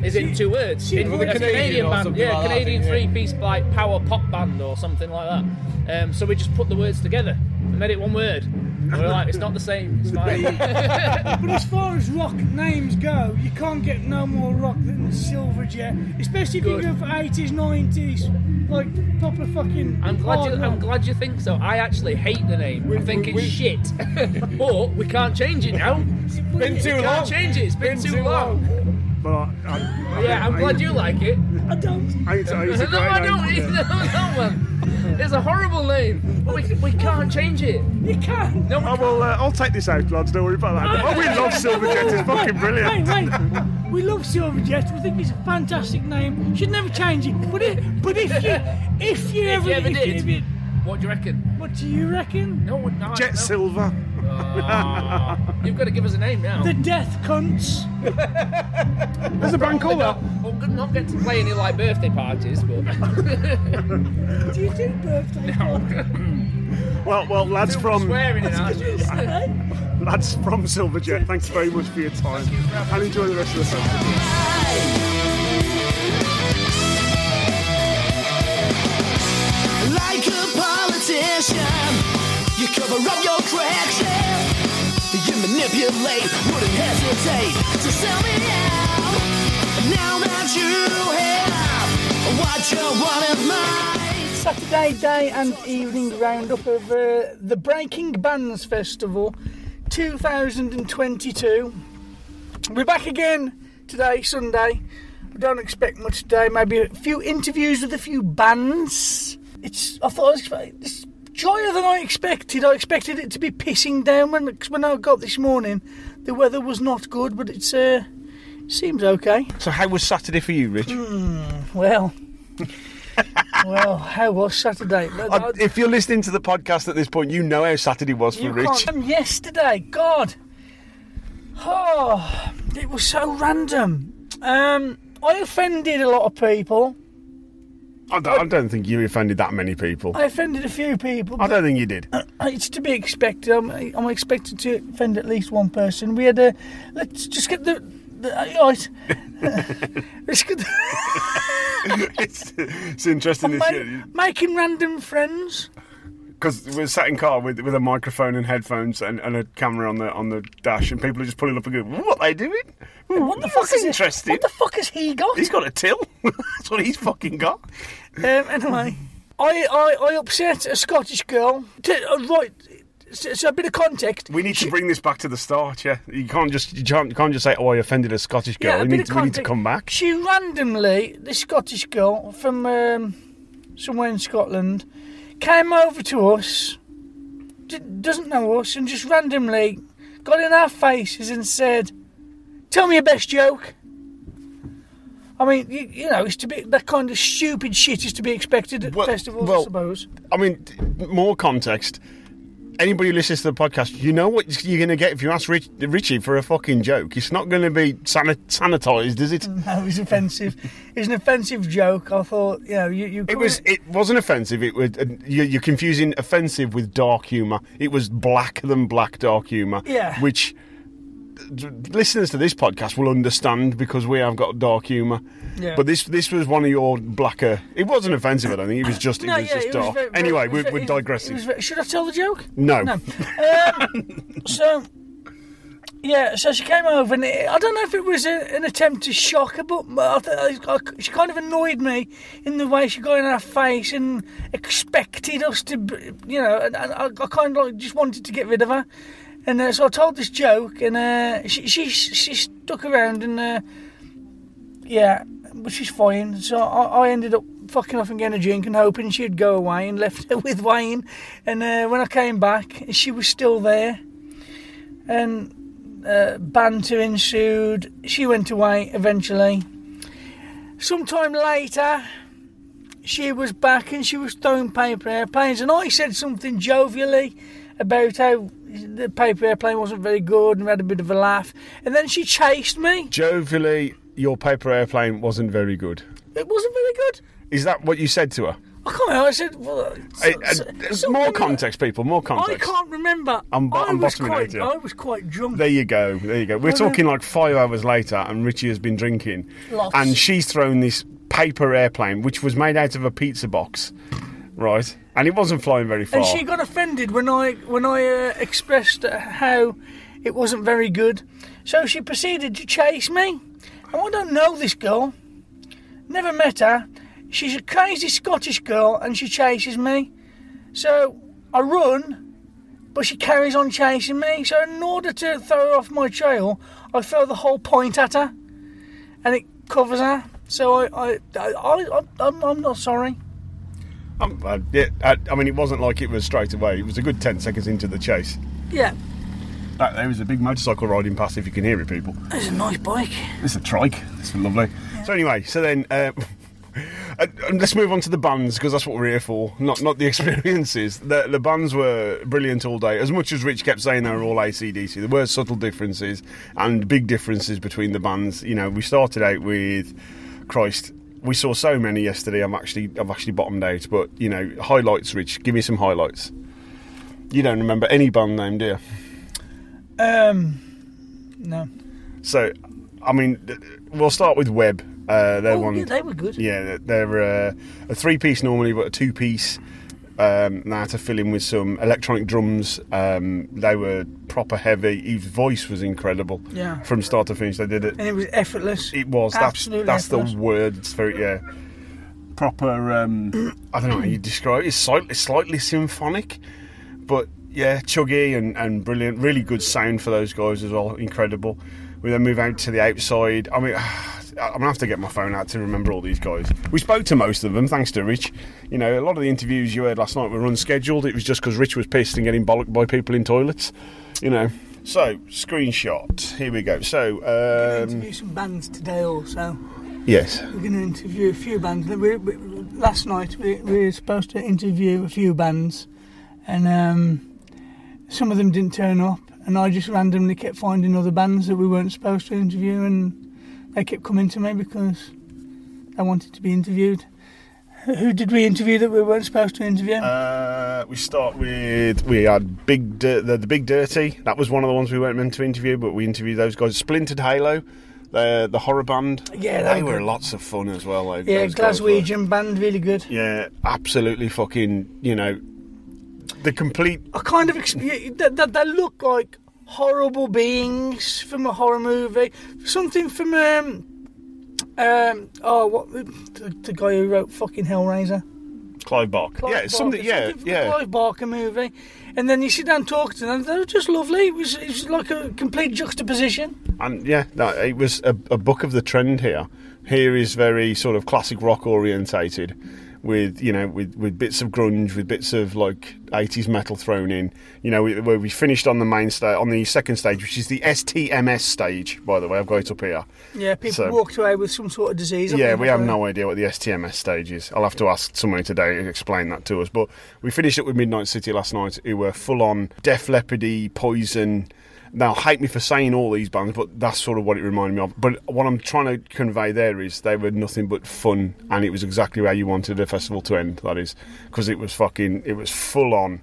Is in two words. Silver in, the Hmm. a Canadian or band, something yeah, like that, Canadian I think, yeah. three-piece like power pop band or something like that. Um, so we just put the words together and made it one word. And we're like, it's not the same. It's fine. but as far as rock names go, you can't get no more rock than Silverjet, especially if Good. you go for 80s, 90s, like proper fucking. I'm glad, you, hard I'm rock. glad you think so. I actually hate the name. I think it's shit. but we can't change it now. It's been too we long. can't change it. It's been, too, long. But I, I, I Yeah, I'm I- glad you like it. I don't. I used to, I used no, to great I don't. name. It's no, no one. It's a horrible name. But we, we can't change it. You can't. No, I will. Uh, I'll take this out, lads. Don't worry about that. But, oh, we love Silverjet. It's fucking brilliant. Wait, wait. We love Silverjet. We think it's a fantastic name. Should never change it. But if, but if you, if you If ever, you ever if you did, ever- what do you reckon? what do you reckon? No, no Jet Silver. You've got to give us a name now. The death cunts. There's a band called that. Well, good not get to play any like birthday parties, but Do you do birthday? Well, well, lads Too much from swearing in our shows. lads from Silverjet. Thanks very much for your time, and enjoy the rest of the session. Like a politician, you cover up your cracks. yeah. You manipulate, wouldn't hesitate to sell me out. And now that you have what you want is mine. Saturday day and evening roundup of uh, the Breaking Bands Festival 2022. We're back again today, Sunday. We don't expect much today. Maybe a few interviews with a few bands. It's I thought it was, it's drier than I expected. I expected it to be pissing down when 'cause when I got up this morning. The weather was not good, but it's uh, seems okay. So how was Saturday for you, Rich? Hmm, Well. well, how was Saturday? Well, Uh, if you're listening to the podcast at this point, you know how Saturday was for You Rich. can't- yesterday, God. Oh, it was so random. Um, I offended a lot of people. I don't, I don't think you offended that many people. I offended a few people. uh, I don't think you did. It's to be expected. I'm, I'm expected to offend at least one person. We had a. Let's just get the. the uh, right. let's get the, it's, it's interesting this year making random friends. because we're sat in car with with a microphone and headphones and, and a camera on the on the dash, and people are just pulling up and going, "What are they doing? What the fuck That's is it? interesting. What the fuck has he got? He's got a till. That's what he's fucking got." Um, anyway, I, I, I upset a Scottish girl. T- uh, right, so, so a bit of context. We need to bring this back to the start. Yeah, you can't just you can't, you can't just say, "Oh, I offended a Scottish girl." a we, bit need of to, we need to context. come back. She randomly, this Scottish girl from um, somewhere in Scotland, came over to us, d- doesn't know us, and just randomly got in our faces and said, Tell me your best joke. I mean, you, you know, it's to be that kind of stupid shit is to be expected at festivals, I well, suppose. I mean, t- more context. Anybody who listens to the podcast, you know what you're going to get if you ask Rich, Richie for a fucking joke. It's not going to be sanit- sanitized, is it? No, it was offensive. it was an offensive joke. I thought, you know, you. you It was. It wasn't offensive. It was. and you- You're confusing offensive with dark humor. It was black than black dark humor. Yeah. Which d- listeners to this podcast will understand because we have got dark humor. Yeah. But this this was one of your blacker. It wasn't offensive. I don't think. It was just. It was just dark. very- very- anyway, it was we're, very- we're it digressing. was very- should I tell the joke? No. Um, so, Um, Yeah, so she came over, and it, I don't know if it was a, an attempt to shock her, but I th- I, I, she kind of annoyed me in the way she got in our face and expected us to, b- you know, and, and I, I kind of like just wanted to get rid of her. And uh, so I told this joke, and uh, she, she she stuck around, and uh, yeah, but she's fine. So I, I ended up fucking off and getting a drink and hoping she'd go away, and left her with Wayne. And uh, when I came back, she was still there and uh, banter ensued. She went away eventually. Sometime later, she was back and she was throwing paper airplanes, and I said something jovially about how the paper airplane wasn't very good and we had a bit of a laugh. And then she chased me. Jovially, your paper airplane wasn't very good. It wasn't very good. Is that what you said to her? I can't remember. I said, well, Uh, uh, more context, people. More I context. can't remember. I'm bo- I I'm was bottoming out quite, here. I was quite drunk. There you go. There you go. We're Well, then- talking like five hours later, and Richie has been drinking, Lots. and she's thrown this paper airplane, which was made out of a pizza box, right? And it wasn't flying very far. And she got offended when I when I uh, expressed how it wasn't very good. So she proceeded to chase me. And I don't know this girl. Never met her. She's a crazy Scottish girl and she chases me. So I run, but she carries on chasing me. So in order to throw her off my trail, I throw the whole point at her and it covers her. So I, I, I, I, I'm, I'm not sorry. Um, uh, yeah, I, I mean, it wasn't like it was straight away. It was a good ten seconds into the chase. Yeah, That, there was a big motorcycle riding past. If you can hear it, people. it's a nice bike. It's a trike. It's lovely. So anyway, so then uh, uh, let's move on to the buns because that's what we're here for, not not the experiences. The, the buns were brilliant all day. As much as Rich kept saying they were all ACDC, there were subtle differences and big differences between the buns. You know, we started out with Christ. We saw so many yesterday. I'm actually I've actually bottomed out, but you know, highlights. Rich, give me some highlights. You don't remember any bun name, do you? Um, no. So, I mean, th- we'll start with Webb. Uh, they're Oh, one. yeah, they were good. Yeah, they're uh, a three-piece normally, but a two-piece. Um, now to fill in with some electronic drums. Um, they were proper heavy. His voice was incredible. Yeah. From start to finish, they did it. And it was effortless. It was. Absolutely that's that's effortless. the word. It's very yeah. Proper. Um, I don't know how you describe it. It's slightly, slightly symphonic, but yeah, chuggy and, and brilliant. Really good sound for those guys as well. Incredible. We then move out to the outside. I mean. I'm gonna have to get my phone out to remember all these guys. We spoke to most of them, thanks to Rich. You know, a lot of the interviews you heard last night were unscheduled. It was just because Rich was pissed and getting bollocked by people in toilets. You know. So screenshot. Here we go. So um, interview some bands today also. yes. We're going to interview a few bands. We, we, last night we, we were supposed to interview a few bands, and um, some of them didn't turn up. And I just randomly kept finding other bands that we weren't supposed to interview, and they kept coming to me because they wanted to be interviewed. Who- Who did we interview that we weren't supposed to interview? Uh, we start with we had big Di- the, the big dirty. That was one of the ones we weren't meant to interview, but we interviewed those guys. Splintered Halo, the the horror band. Yeah, they they were were good. lots of fun as well. Though, yeah, those guys were. Glaswegian band, really good. Yeah, absolutely fucking. You know, the complete. I kind of exp- yeah, that, that they look like horrible beings from a horror movie, something from um um oh what the, the guy who wrote fucking Hellraiser. Clive Barker. Clive yeah, it's something. Barker, Yeah, something from the yeah. Clive Barker movie, and then you sit down and talk to them. They're just lovely. It was, it was like a complete juxtaposition. And yeah, no, it was a, a book of the trend here. Here is very sort of classic rock orientated, with you know with, with bits of grunge, with bits of like eighties metal thrown in. You know we- where we finished on the main stage, on the second stage, which is the STMS stage. By the way, I've got it up here. Yeah, people So- walked away with some sort of disease. I Yeah, think, we have uh, no idea what the STMS stage is. I'll have to ask somebody today to explain that to us. But we finished up with Midnight City last night, who were full on Def Leppardy, Poison. Now, hate me for saying all these bands, but that's sort of what it reminded me of. But what I'm trying to convey there is they were nothing but fun, and it was exactly how you wanted a festival to end. That is because it was fucking, it was full on,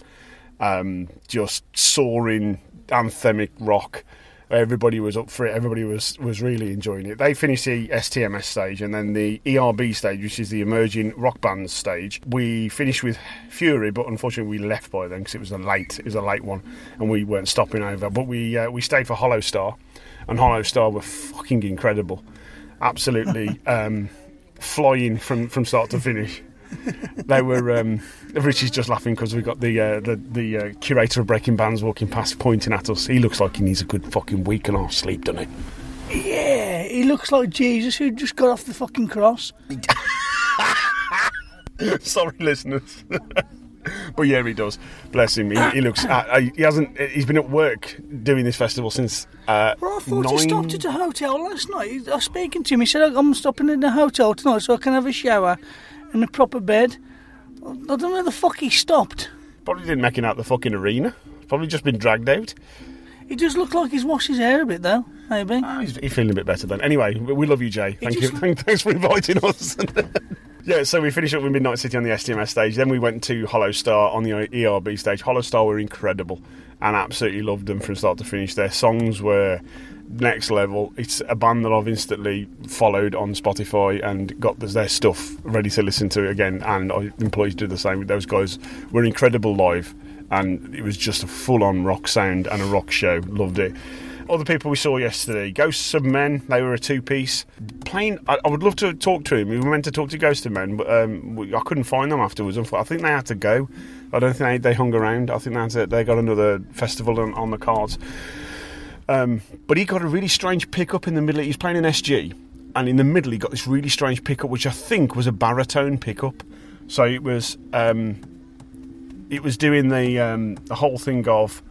um, just soaring anthemic rock Everybody was up for it. Everybody was was really enjoying it. They finished the STMS stage and then the ERB stage, which is the emerging rock band stage. We finished with Fury, but unfortunately we left by then because it was a late it was a late one, and we weren't stopping over. But we uh, we stayed for Hollow Star, and Hollow Star were fucking incredible, absolutely um, flying from from start to finish they were. Um, Richie's just laughing because we got the uh, the, the uh, curator of Breaking Bands walking past, pointing at us. He looks like he needs a good fucking week and a half sleep, doesn't he? Yeah, he looks like Jesus who just got off the fucking cross. Sorry, listeners. but yeah, he does. Bless him. He, he looks. Uh, he hasn't. He's been at work doing this festival since uh, I thought nine. he stopped at a hotel last night. He- I was speaking to him. He said, I'm stopping in a hotel tonight so I can have a shower and a proper bed. I don't know where the fuck he stopped. Probably didn't make it out the fucking arena. Probably just been dragged out. He does look like he's washed his hair a bit, though, maybe. Ah, He's, he's feeling a bit better then. Anyway, we we love you, Jay. Thank you. just- Thank- Thanks for inviting us. yeah, so we finished up with Midnight City on the STMS stage. Then we went to Hollow Star on the ERB stage. Hollow Star were incredible and absolutely loved them from start to finish. Their songs were next level. It's a band that I've instantly followed on Spotify and got th- their stuff ready to listen to again. And I employees do the same. Those guys were incredible live. And it was just a full on rock sound and a rock show. Loved it. Other people we saw yesterday, Ghosts of Men, they were a two piece. Playing, I, I would love to talk to him. We were meant to talk to Ghosts of Men, but um, we, I couldn't find them afterwards. Unfor- I think they had to go. I don't think they, they hung around. I think they, had to, they got another festival on, on the cards. Um, but he got a really strange pickup in the middle. He was playing an SG, and in the middle he got this really strange pickup, which I think was a baritone pickup. So it was, um, it was doing the um, the whole thing of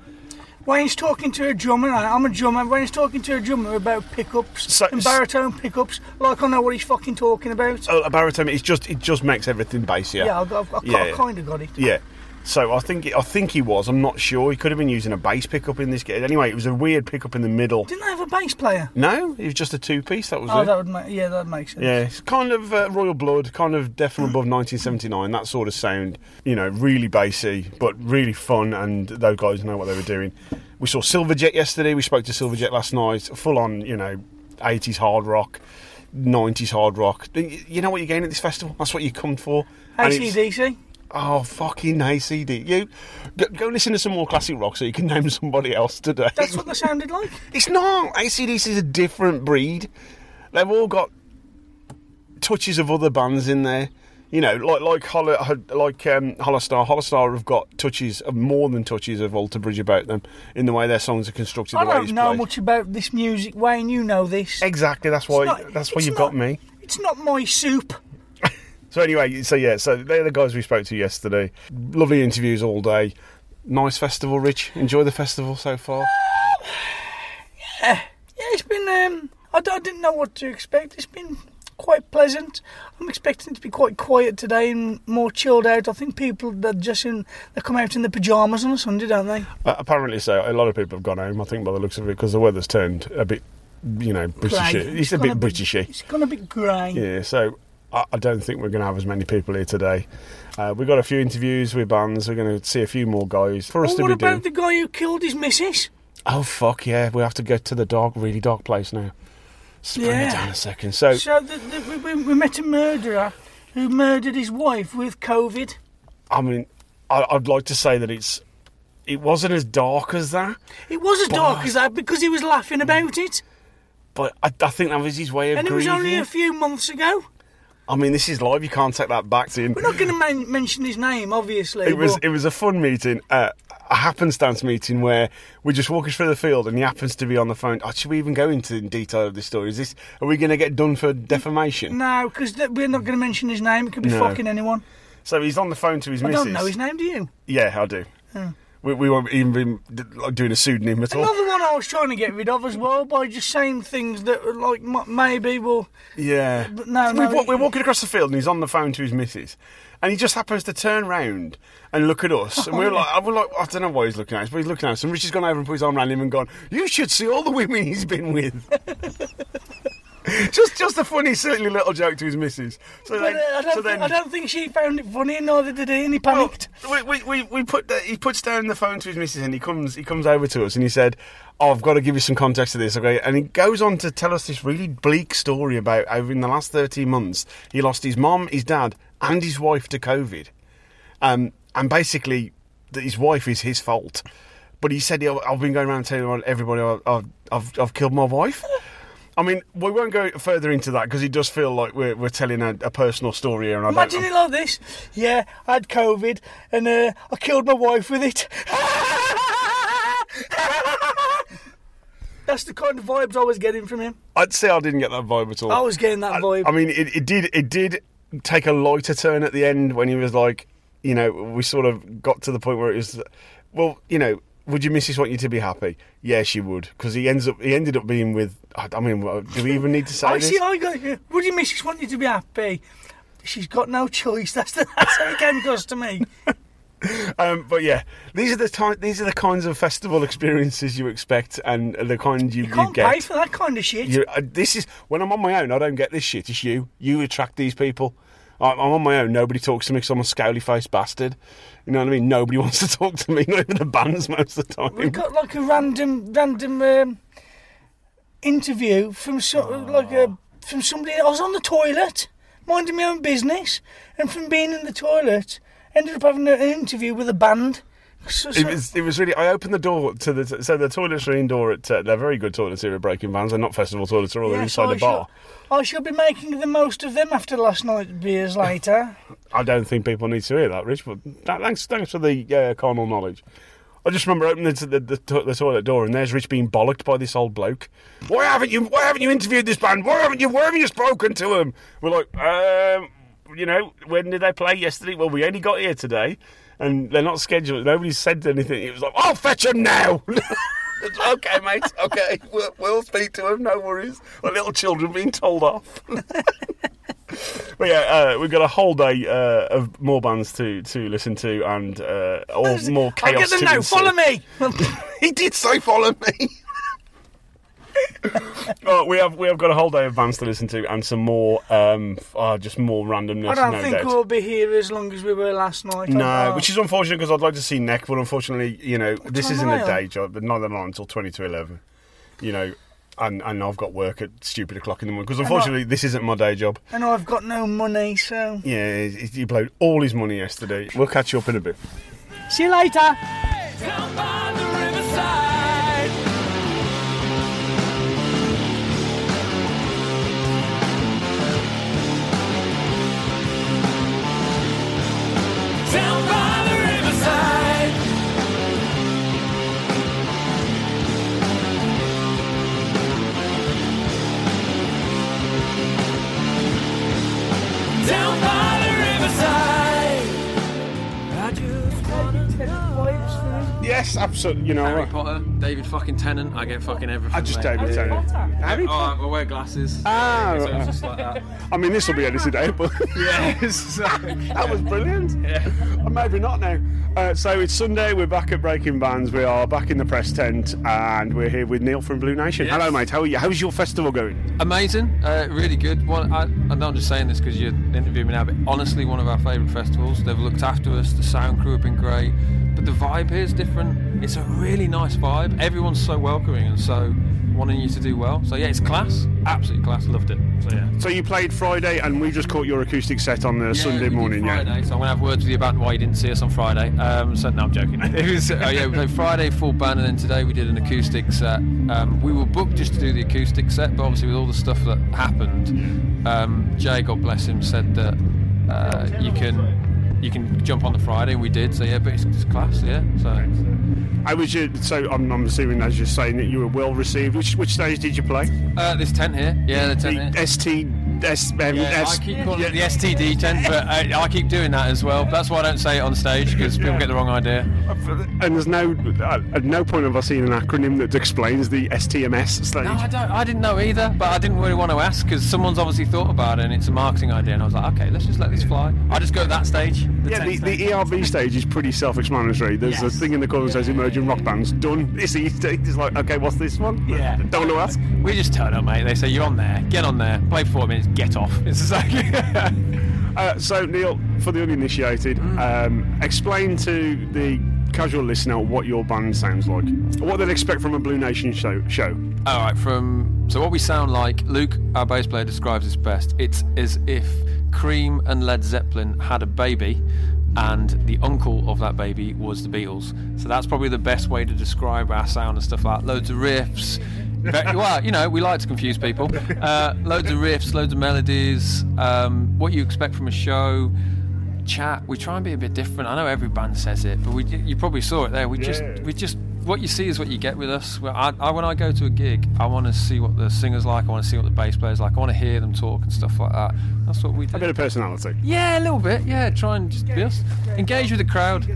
When he's talking to a drummer, and I'm a drummer, when he's talking to a drummer about pickups and baritone pickups, like I know what he's fucking talking about. oh, a baritone. It's just it just makes everything bassier. Yeah, I've, I've, I've kind of got it. Yeah. So I think I think he was. I'm not sure. He could have been using a bass pickup in this. ga- Anyway, it was a weird pickup in the middle. Didn't I have a bass player? No, it was just a two piece. That was oh, it. that would make, yeah, that makes sense. Yeah, it's kind of uh, Royal Blood, kind of Death from Above 1979, that sort of sound. You know, really bassy, but really fun, and those guys know what they were doing. We saw Silverjet yesterday, we spoke to Silverjet last night, full on, you know, 80s hard rock, 90s hard rock. Y- You know what you're getting at this festival? That's what you come for. And it's- ACDC? Oh, fucking ACD. You go, go listen to some more classic rock so you can name somebody else today. That's what they sounded like. It's not. ACDC is a different breed. They've all got touches of other bands in there. You know, like like Hollow, like um, Hollow Star. Hollow Star have got touches of more than touches of Alter Bridge about them in the way their songs are constructed. I the way don't it's know played. much about this music, Wayne. You know this. Exactly. That's why. that's why you've got me. It's not my soup. So anyway, so yeah, so they're the guys we spoke to yesterday. Lovely interviews all day. Nice festival, Rich. Enjoy the festival so far. Yeah, it's been. Um, I, d- I didn't know what to expect. It's been quite pleasant. I'm expecting it to be quite quiet today and more chilled out. I think people that just in they come out in their pajamas on a Sunday, don't they? Uh, apparently, so a lot of people have gone home. I think by the looks of it, because the weather's turned a bit, you know, Britishy. Grey. It's, a gone bit Britishy. It's gone a bit grey. Yeah, so I, I don't think we're going to have as many people here today. Uh, we got a few interviews with bands. We're going to see a few more guys for us Oh, to what be about doing. the guy who killed his missus? Oh fuck yeah! We have to go to the dark, really dark place now. Just bring Yeah. it down a second. So So the, the, we- we, we met a murderer who murdered his wife with COVID. I mean, I, I'd like to say that it's it wasn't as dark as that, It was as dark But- as that because he was laughing about it, but I, I think that was his way of and it was grieving. only a few months ago. I mean, this is live. You can't take that back. In We're not going to men- mention his name, obviously. It was but- it was a fun meeting, uh, a happenstance meeting where we're just walking through the field and he happens to be on the phone. Oh, should we even go into the detail of this story? Is this are we going to get done for defamation? No, because th- we're not going to mention his name. It could be No. fucking anyone. So he's on the phone to his I missus. don't know his name, do you? Yeah, I do. Oh. We, we won't even be like, doing a pseudonym at all. Another one I was trying to get rid of as well by just saying things that were like m- maybe will. Yeah. But no, So we no, wa- it- we're walking across the field and he's on the phone to his missus. And he just happens to turn round and look at us. And Oh, we're yeah. like, I, we're like, I don't know why he's looking at us, but he's looking at us. And Richie's gone over and put his arm around him and gone, You should see all the women he's been with. just just a funny, silly little joke to his missus. So But, then, uh, I, don't so think, then I don't think she found it funny, neither did he, and he panicked. we, we, we put the, he puts down the phone to his missus and he comes he comes over to us and he said, "Oh, I've got to give you some context to this." Okay, and he goes on to tell us this really bleak story about over in the last thirteen months he lost his mom, his dad, and his wife to COVID, um, and basically that his wife is his fault. But he said, "Yeah, "I've been going around telling everybody I've- I've I've, I've killed my wife." I mean, we won't go further into that because it does feel like we're, we're telling a, a personal story here. And I don't- Imagine it like this. Yeah, I had COVID and uh, I killed my wife with it. That's the kind of vibes I was getting from him. I'd say I didn't get that vibe at all. I was getting that vibe. I mean, it, it did it did take a lighter turn at the end when he was like, you know, we sort of got to the point where it was, well, you know, would your missus want you to be happy? Yeah, she would, because he ends up he ended up being with. I I mean, what- do we even need to say I this? Oh, see. I go. yeah, Would you missus want you to be happy? She's got no choice. That's the, that's how it came across to me. Um, but yeah, these are the ty- these are the kinds of festival experiences you expect, and the kind you, you, Can't get. pay for that kind of shit. You're, uh, this is when I'm on my own. I don't get this shit. It's you. You attract these people. I- I'm on my own. Nobody talks to me because I'm a scowly faced bastard. You know what I mean? Nobody wants to talk to me. Not even the bands most of the time. We got like a random random um, interview from so, like a, from somebody. I was on the toilet, minding my own business, and from being in the toilet, ended up having an interview with a band. So, It so- was, it was really. I opened the door to the so the toilets are indoor at uh, they're very good toilets here at Breaking Bands. They're not festival toilets. They're all Yes, inside I the bar. Shall, I shall be making the most of them after last night's beers later. I don't think people need to hear that, Rich. But th- thanks, thanks for the uh, carnal knowledge. I just remember opening the, the, the, to- the toilet door, and there's Rich being bollocked by this old bloke. Why haven't you? Why haven't you interviewed this band? Why haven't you? Why haven't you spoken to them? We're like, um, you know, when did they play yesterday? Well, we only got here today, and they're not scheduled. Nobody said anything. It was like, I'll fetch them now. okay, mate. Okay, we'll, we'll speak to him. No worries. Our little children being told off. But yeah, uh, we've got a whole day uh, of more bands to, to listen to and uh, all more I'll chaos. get them to now. ensue. Follow me. he did say follow me. Oh, we have we have got a whole day of bands to listen to and some more, um, f- oh, just more randomness. I don't no think doubt. we'll be here as long as we were last night. I No, know. which is unfortunate because I'd like to see Neck, but unfortunately, you know, this time isn't am I a on? day job, but neither am I until 20 to 11. You know, and, and I've got work at stupid o'clock in the morning because And I- unfortunately, this isn't my day job. and I've got no money, so Yeah, he, he blew all his money yesterday. We'll catch you up in a bit. see you later. Down by the riverside. Down by the riverside. Yes, absolutely. You know, Harry Potter, David fucking Tennant. I get fucking everything. I just mate. David Harry Tennant. Potter? Harry oh, I wear glasses. Ah, so right. it's just like that. I mean, this will be edited out, but yes, that was brilliant. Or maybe not now. Uh, so it's Sunday. We're back at Breaking Bands. We are back in the press tent, and we're here with Neil from Blue Nation. Hello, mate. How are you? How's your festival going? Amazing, uh, really good. One, I, I'm not just saying this because you're interviewing me now, but honestly, one of our favourite festivals. They've looked after us. The sound crew have been great, but the vibe here is different. It's a really nice vibe. Everyone's so welcoming and so wanting you to do well. So yeah, it's class. Absolutely class. Loved it. So yeah. So you played Friday, and we just caught your acoustic set on the Sunday morning. Friday, so I'm gonna have words with you about why you didn't see us on Friday. Um, so no, I'm joking. It was, oh yeah, we played Friday full band, and then today we did an acoustic set. Um, we were booked just to do the acoustic set, but obviously with all the stuff that happened, um, Jay, God bless him, said that uh, you can you can jump on the Friday, and we did. So yeah, but it's, it's class, yeah. So I was you, so I'm, I'm assuming as you're saying that you were well received. Which which stage did you play? uh, this tent here, yeah, the tent here. ST S- um, Yeah, S- I keep calling it the STD tent, but I, I keep doing that as well. That's why I don't say it on stage because people get the wrong idea. uh, and there's no uh, at no point have I seen an acronym that explains the STMS stage. No, I don't. I didn't know either, but I didn't really want to ask because someone's obviously thought about it and it's a marketing idea, and I was like, okay, let's just let this fly. I just go to that stage. The yeah, tent the, E stage. the ERV stage is pretty self-explanatory. There's a thing in the corner that says "Emerging Rock Bands." Done. It's easy. It's like, okay, what's this one? Yeah. Don't want to ask. We just turn up, mate. They say you're on there. Get on there. Play four minutes. Get off. It's just like Uh, so, Neil, for the uninitiated, Mm. um, explain to the casual listener what your band sounds like, what they'd expect from a Blue Nation show. show. All right, from so what we sound like, Luke, our bass player, describes us best. It's as if Cream and Led Zeppelin had a baby, and the uncle of that baby was the Beatles. So that's probably the best way to describe our sound and stuff like that. Loads of riffs. Ve- well, you know, we like to confuse people. Uh, loads of riffs, loads of melodies. Um, what you expect from a show. Chat. We try and be a bit different. I know every band says it, but we you probably saw it there. We just Yeah. we just what you see is what you get with us. Well, I, I, when I go to a gig, I want to see what the singers like. I want to see what the bass players like. I want to hear them talk and stuff like that. That's what we do. A bit of personality. Yeah, a little bit. Yeah, try and just be us. Engage with the crowd.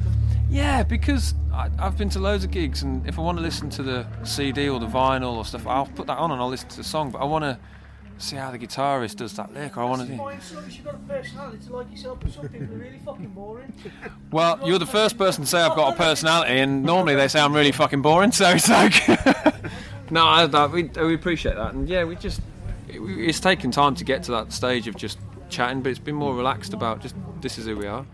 Yeah, because I, I've been to loads of gigs, and if I want to listen to the CD or the vinyl or stuff, I'll put that on and I'll listen to the song. But I want to see how the guitarist does that lick, or I want to. Find somebody who's got a personality like yourself, but some people are really fucking boring. Well, you're the first person to say I've got a personality, and normally they say I'm really fucking boring. So it's like, no, I, I, we, we appreciate that, and yeah, we just it, we- it's taken time to get to that stage of just chatting, but it's been more relaxed about just this is who we are,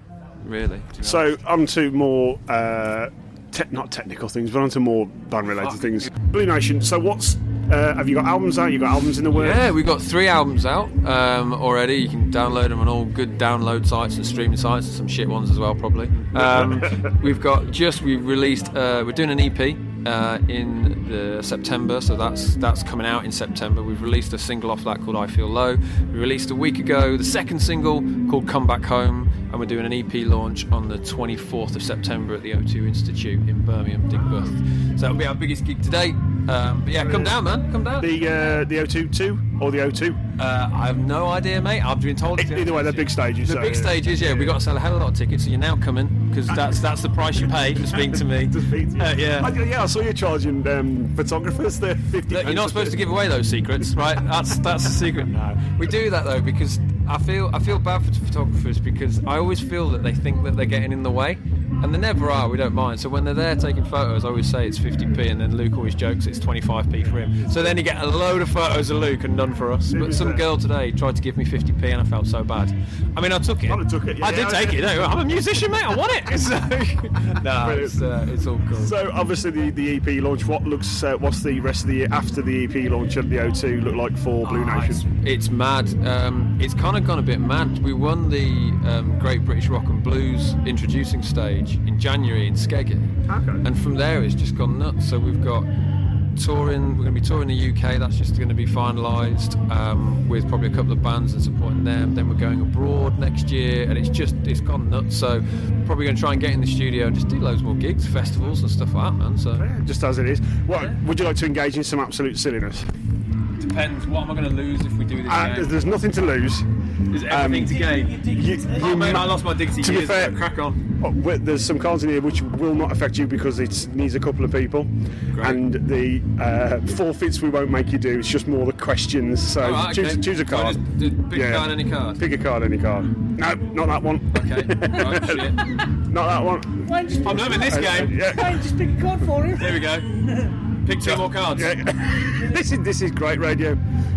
really. So, on to more, uh, te- not technical things, but on to more band related things. Blue Nation, so what's. Uh, have you got albums out? You got albums in the works? Yeah, we've got three albums out um, already. You can download them on all good download sites and streaming sites, and some shit ones as well, probably. Um, we've got just we released. Uh, we're doing an EP uh, in the September, so that's that's coming out in September. We've released a single off that called "I Feel Low." We released a week ago the second single called "Come Back Home," and we're doing an EP launch on the 24th of September at the O2 Institute in Birmingham, Digbeth. So that'll be our biggest gig to date. Um, but yeah, come down, man. Come down. The uh, the O2 2 or the O2? Uh, I have no idea, mate. I've been told. It's Either way, they're big stages. The so, big yeah. stages, yeah, we got to sell a hell of a lot of tickets, so you're now coming because that's that's the price you pay for speaking to me. Uh, I, yeah, yeah, I saw you charging um, photographers the 50 Look, you're not supposed to give away those secrets, right? That's that's a secret. No, we do that though because I feel I feel bad for photographers because I always feel that they think that they're getting in the way, and they never are. We don't mind. So when they're there taking photos, I always say it's 50p, and then Luke always jokes it's 25p for him. So then you get a load of photos of Luke and none for us. But some girl today tried to give me 50p, and I felt so bad. I mean, I took it. I took it. I did take it. No, I'm a musician, mate. I want it. So, no, it's, uh, it's all cool. So obviously the, the EP launch. What looks? Uh, what's the rest of the year after the EP launch at the O2 look like for Blue Nation? Oh, It's mad. Um, it's kind of gone a bit mad. We won the um, Great British Rock and Blues introducing stage in January in Skeggy. Okay. And from there, it's just gone nuts. So we've got touring. We're going to be touring the UK. That's just going to be finalised um, with probably a couple of bands and supporting them. Then we're going abroad next year, and it's just it's gone nuts. So probably going to try and get in the studio and just do loads more gigs, festivals, and stuff like that, man. So Just as it is. What would you like to engage in some absolute silliness? depends. What am I going to lose if we do this? Uh, there's- there's nothing to lose. There's everything to gain. oh, man, ma- I lost my dignity Um, To be years fair, ago. Crack on. oh, well, there's some cards in here which will not affect you because it needs a couple of people, and the uh, forfeits we won't make you do. It's just more the questions. So All right, choose, okay. choose a So I card. just did pick a card, any card? Pick a card, any card. No, not that one. Okay. Right, shit. not that one. Uh, Why don't you just I'm pick- loving this game. Yeah. Why don't you just pick a card for him? There we go. Pick two more cards. this is this is great radio.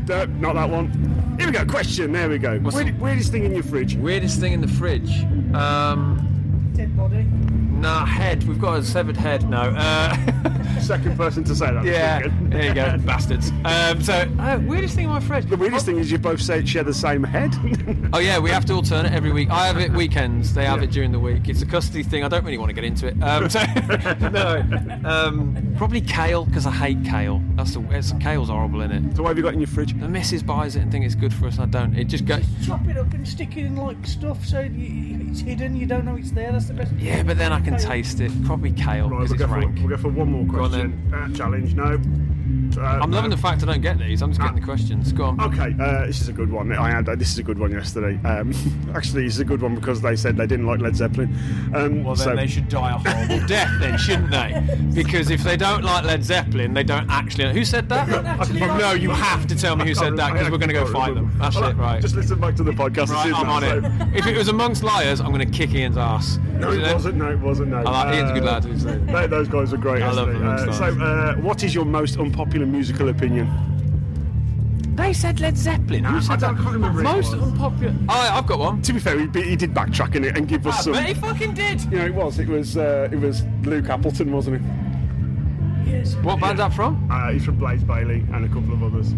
No, not that one. Here we go. Question. There we go. Weird- weirdest thing in your fridge. Weirdest thing in the fridge. Um, Dead body. nah, head. We've got a severed head. No. Uh, Second person to say that. Yeah. There you go, bastards. Um, so uh, weirdest thing in my fridge. The weirdest thing is you both say, share the same head. Oh yeah, we have to alternate every week. I have it weekends. They have it during the week. It's a custody thing. I don't really want to get into it. Um, so, no, um, probably kale because I hate kale. That's the it's, kale's horrible in it. So what have you got in your fridge? The missus buys it and think it's good for us. and I don't. It just goes. Chop it up and stick it in like stuff so you, it's hidden. You don't know it's there. That's the best. Yeah, but then I can taste it. Probably kale because it's we'll go for- rank. we'll go for one more Go on question. Uh, challenge. No. Ah. Uh, I'm loving the fact I don't get these. I'm just getting the questions. Go on. Okay, uh, this is a good one. I had uh, this is a good one yesterday. Um, actually, this is a good one because they said they didn't like Led Zeppelin. Um, Well, then so- they should die a horrible death, then, shouldn't they? Because if they don't like Led Zeppelin, they don't actually. Who said that? no, you have to tell me who said that because we're going to go find them. That's it, right? Just listen back to the podcast. Right, I'm on it. If it was amongst liars, I'm going to kick Ian's ass. No, it wasn't. No, it wasn't. No. I like Ian's a good lad. He's a- They, those guys are great. I love yesterday. them, Uh, so, stars. uh, what is your most unpopular musical opinion? They said Led Zeppelin. Who said that? Most unpopular. I, I've got one. To be fair, he, he did backtrack in it and give us I some. bet Ah, he fucking did. You know, it was. It was. Uh, it was Luke Appleton, wasn't it? Yes. What band's that from? Uh, he's from Blaze Bailey and a couple of others.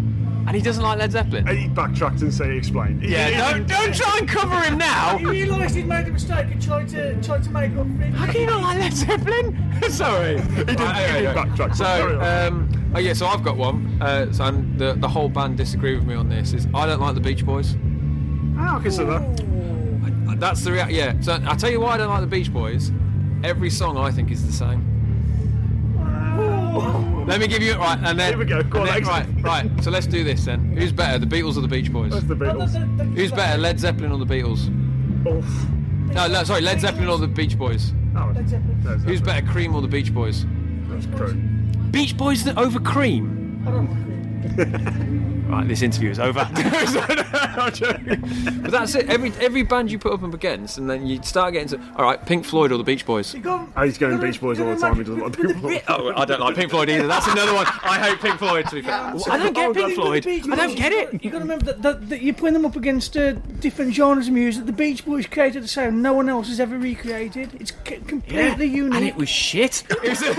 And he doesn't like Led Zeppelin. he backtracked and said he explained. He- he- don't- don't try and cover him now. He realised he'd made a mistake and tried to tried to make up for it. How can you not like Led Zeppelin? Sorry. He did, he did backtrack. Carry So, on. um, oh yeah, so I've got one. Uh, so and the, the whole band disagree with me on this. Is I don't like the Beach Boys. Ah, okay, so that. That's the rea- yeah. So I tell you why I don't like the Beach Boys. Every song I think is the same. Let me give you it right, and then here we go. on, right, right. So let's do this then. Who's better, the Beatles or the Beach Boys? the Beatles. Who's better, Led Zeppelin or the Beatles? No, no, sorry, Led Zeppelin or the Beach Boys. Who's better, Cream or the Beach Boys? Beach Boys that over Cream. Right, this interview is over. but that's it. Every every band you put up against, and then you start getting to all right, Pink Floyd or the Beach Boys. Oh, he's going Beach Boys all the time. He doesn't like people. Oh, I don't like Pink Floyd either. That's another one. I hate Pink Floyd. To be fair, Yeah, Oh, I don't get Pink Floyd. I don't get it. You've got to remember that, that, that you're putting them up against uh, different genres of music. The Beach Boys created a sound no one else has ever recreated. It's c- completely unique. and it was shit. It was, it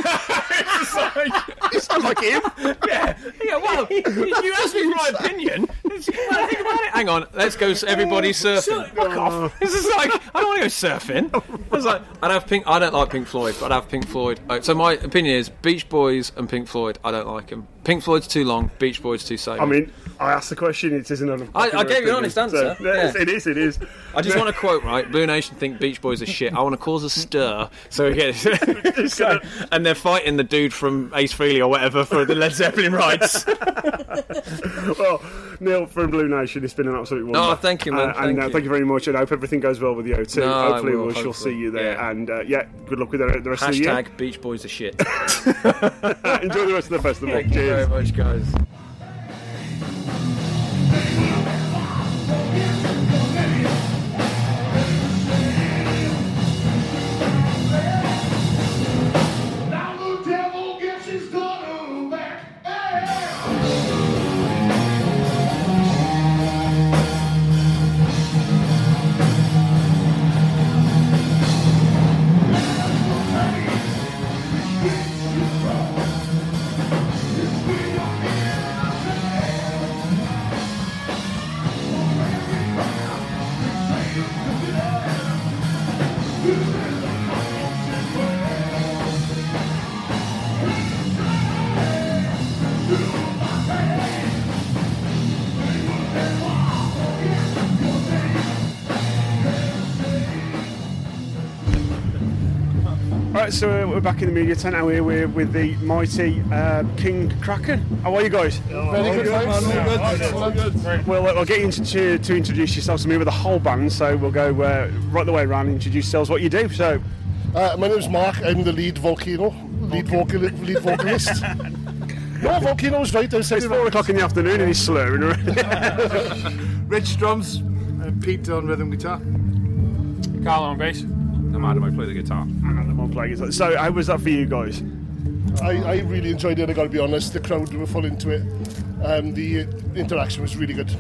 sounds like him. Yeah, yeah. Well, if you ask me for my opinion. it's- well, think about it. Hang on, let's go. s- Everybody surfing. Oh, Fuck off. This is like I don't want to go surfing. I was like, I'd have Pink. I don't like Pink Floyd, but I'd have Pink Floyd. Uh, So my opinion is Beach Boys and Pink Floyd. I don't like them. Pink Floyd's too long. Beach Boys too safe. I mean, I asked the question. It isn't an. Oh. I, I unpopular gave you an opinion, honest so- answer. Yes, Yeah. It is. It is. I just want to quote right. Blue Nation think Beach Boys are shit. I want to cause a stir. So yeah, so, and they're fighting the dude from Ace Frehley or whatever for the Led Zeppelin rights. well, Neil from Blue Nation, it's been an absolute wonder. Oh, thank you, man. Uh, Thank and uh, you. thank you very much, and I hope everything goes well with you too. No, I hopefully, will, we shall hopefully. see you there. Yeah. And uh, yeah, good luck with the, the rest of the year. Hashtag Beach Boys are shit. Enjoy the rest of the festival. Thank you Cheers. very much, guys. Now the devil gets his daughter back. All right, so uh, we're back in the media tent. Now we're here with the mighty uh, King Kraken. How are you guys? Very good, good, thanks. man, all good, excellent. Well, uh, I'll get you into, to, to introduce yourselves to me with the whole band. So we'll go uh, right the way around. and Introduce yourselves. What you do? So. Uh, my name's Mark. I'm the lead volcano, lead, vocal, lead vocalist. no, volcano's right outside. It's four o'clock in the afternoon and he's slurring. Rich drums, and Pete on rhythm guitar. Carl on bass. I'm Adam. I play the guitar. I'm playing. guitar. So how was that for you guys? I, I really enjoyed it. I got to be honest. The crowd were full into it. Um, the interaction was really good.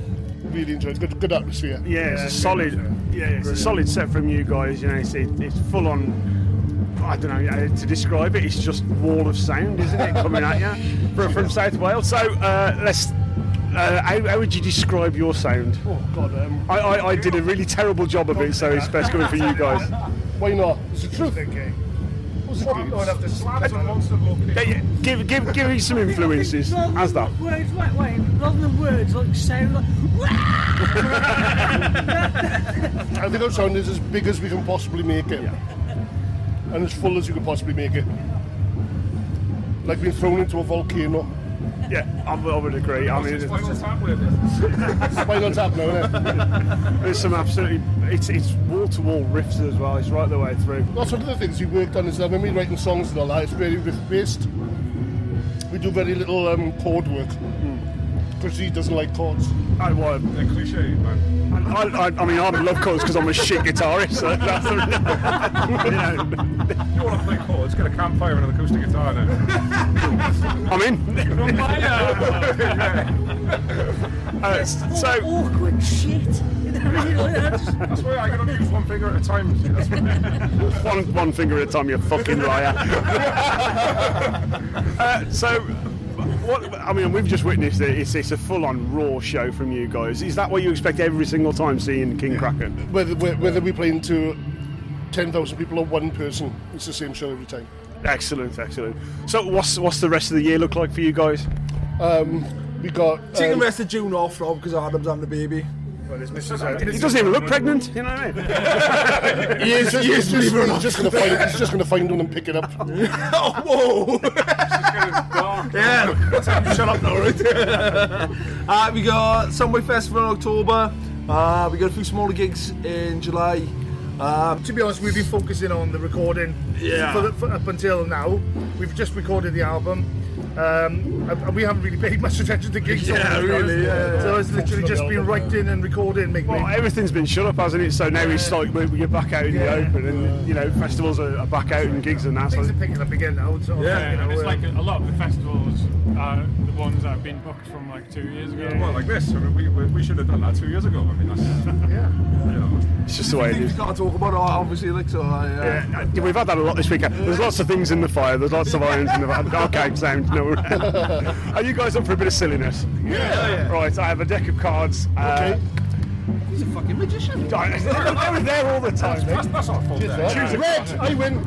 Really enjoyed. Good, good atmosphere. Yeah, it's a solid. Yeah, it's a solid set from you guys. You know, it's, it, it's full on. I don't know how to describe it. It's just wall of sound, isn't it, coming at you from, from South Wales? So uh, let's. Uh, how, how would you describe your sound? Oh God. Um, I, I, I did a really terrible job of it, so it's best coming for you guys. Why not? It's the truth. What's it going after slaps on monster Yeah, yeah, Give, give, give me some influences. How's that? Words right way, rather than words like sound like. I think our sound is as big as we can possibly make it, and as full as you can possibly make it. Like being thrown into a volcano. Yeah, I would I would agree. I mean, it's, Wine on tap now, isn't it? There's some absolutely. It's it's wall to wall riffs as well. It's right the way through. That's one of the things we worked on is that when we're writing songs and all that, it's very riff based. We do very little um, chord work because he doesn't like chords. Hmm. I want a cliche, man. I, I, I mean, I love chords because I'm a shit guitarist. So that's the, You want to play chords? Get a campfire and an acoustic guitar now. I'm in. Uh, so awkward shit. That's why I can only use one finger at a time. See, That's one one finger at a time, you fucking liar. uh, so, what? I mean, we've just witnessed it. It's, it's a full-on raw show from you guys. Is that what you expect every single time seeing King Kraken? Whether, whether we play into 10,000 people or one person, it's the same show every time. Excellent, excellent. So, what's what's the rest of the year look like for you guys? Um, we got. Taking um, the rest of June off, Rob, because Adam's having a baby. He doesn't even look pregnant. You know what I mean? He is- he is, believe it or not. He's just gonna find he's just gonna find one and pick it up. oh, whoa! Oh, yeah, shut up, Norwood. uh, we got Sunway Festival in October. Uh, we got a few smaller gigs in July. Um, to be honest, we've been focusing on the recording Yeah. for, the- for up until now. We've just recorded the album. Um, and and we haven't really paid much attention to gigs. Yeah, to be honest. really, yeah, So yeah. it's literally just been writing and recording, making. Well, everything's been shut up, hasn't it? So now it's like we- we're back out in the open, and you know, festivals are, are back out and gigs and that. So. Things are picking up again now. So Yeah, you know, and it's uh, like a lot of the festivals are the ones that have been booked from like two years ago. Yeah. Well, like this. I mean, we, we, we should have done that two years ago. I mean, that's. yeah. It's just the way it We've is. got to talk about art, obviously, like, so, uh, Yeah, no, we've had that a lot this weekend. There's lots of things in the fire. There's lots of irons in the fire. Okay, sound. No, we're- are you guys up for a bit of silliness? Yeah. Right. I have a deck of cards. Uh, Okay. He's a fucking magician. I was there all the time. That's, that's our fault. there. Choose a Red, card. I win.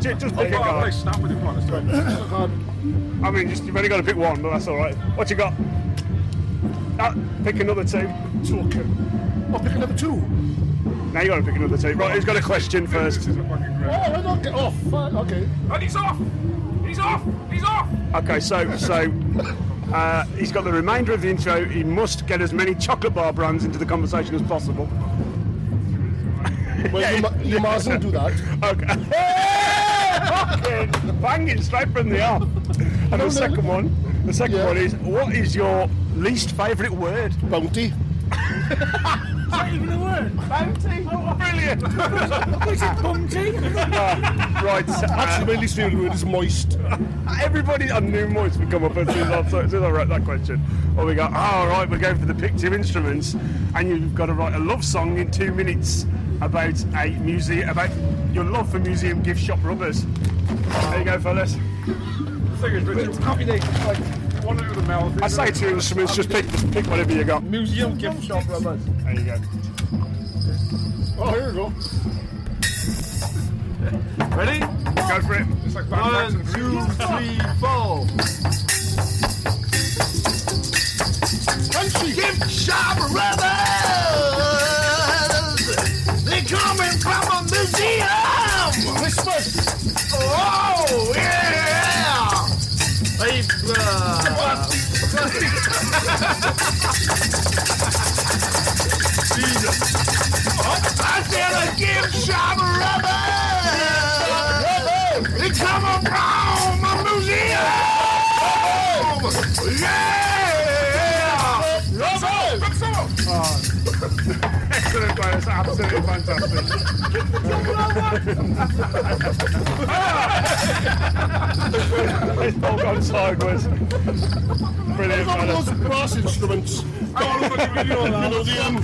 Ju- just Oh, pick a well, card. I Snap with I mean, just you've only got to pick one, but that's all right. What you got? Ah, pick another two. Talking. I'll pick another two. Now you got to pick another two. Right, who's got a question first? Oh, I knocked it off. Fuck, Okay. And he's off! He's off! He's off! Okay, so so uh, he's got the remainder of the intro. He must get as many chocolate bar brands into the conversation as possible. Well, you, you mustn't do that. Okay. Fucking banging straight from the arm. And the second one, the second one is what is your least favourite word? Bounty. is that even a word? Bounty. Oh, brilliant. What is it, bounty? Ah. right. Actually, my least favourite word is moist. Everybody, I knew moist would come up as soon as I, as soon as I wrote that question. Well, we go, oh, right, we're going for the pick two instruments, and you've got to write a love song in two minutes about a museum, about your love for museum gift shop rubbers. There you go, fellas. The thing is, Richard, happy days. Like, one over the mouth. I say two instruments, just pick, pick whatever you got. Museum gift shop rubbers. There you go. Oh, here we go. Ready? Go for it. It's like One, two, three, four. Country gift shop brothers. They coming from a museum. Christmas. Oh yeah. They uh. Jesus. Oh, I said a gift shop rubber. They coming from a museum. Yeah. Excellent, guys. Absolutely fantastic. it's all gone sideways. Brilliant. What fellas. about those brass instruments? Oh, you know, the, um,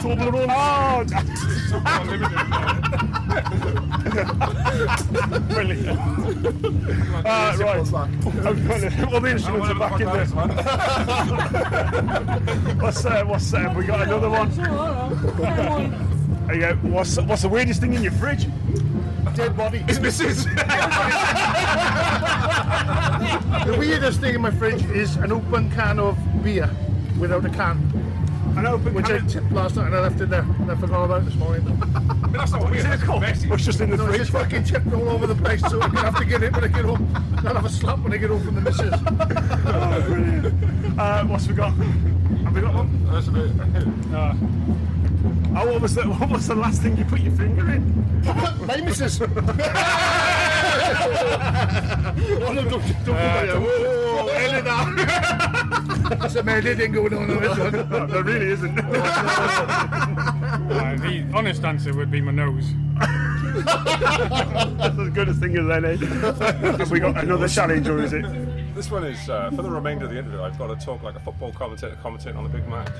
Toblerone. Ah, Brilliant. Uh, right. well, the instruments are back in there. what's uh, what's uh, we got another one? There you go. What's what's the weirdest thing in your fridge? Dead body. It's Mrs. the weirdest thing in my fridge is an open can of beer without a can. An open which I tipped last night and I left it there and I forgot about it this morning. but that's not what we said. It was just in the no, fridge. It's just fucking chipped all over the place so I can have to get it when I get home. And I'll have a slap when I get home from the missus. oh, brilliant. Uh, what's we got? Have we got one? That's about it. Uh, Oh, what was the what was the last thing you put your finger in? My missus. oh, no, don't, don't whoa, Uh, whoa, whoa, end That's a mad thing going on in this one. There really isn't. Uh, the honest answer would be my nose. That's as good a thing as any. Have we got another challenge, or is it? This one is uh, for the remainder of the interview. I've got to talk like a football commentator commentating on a big match.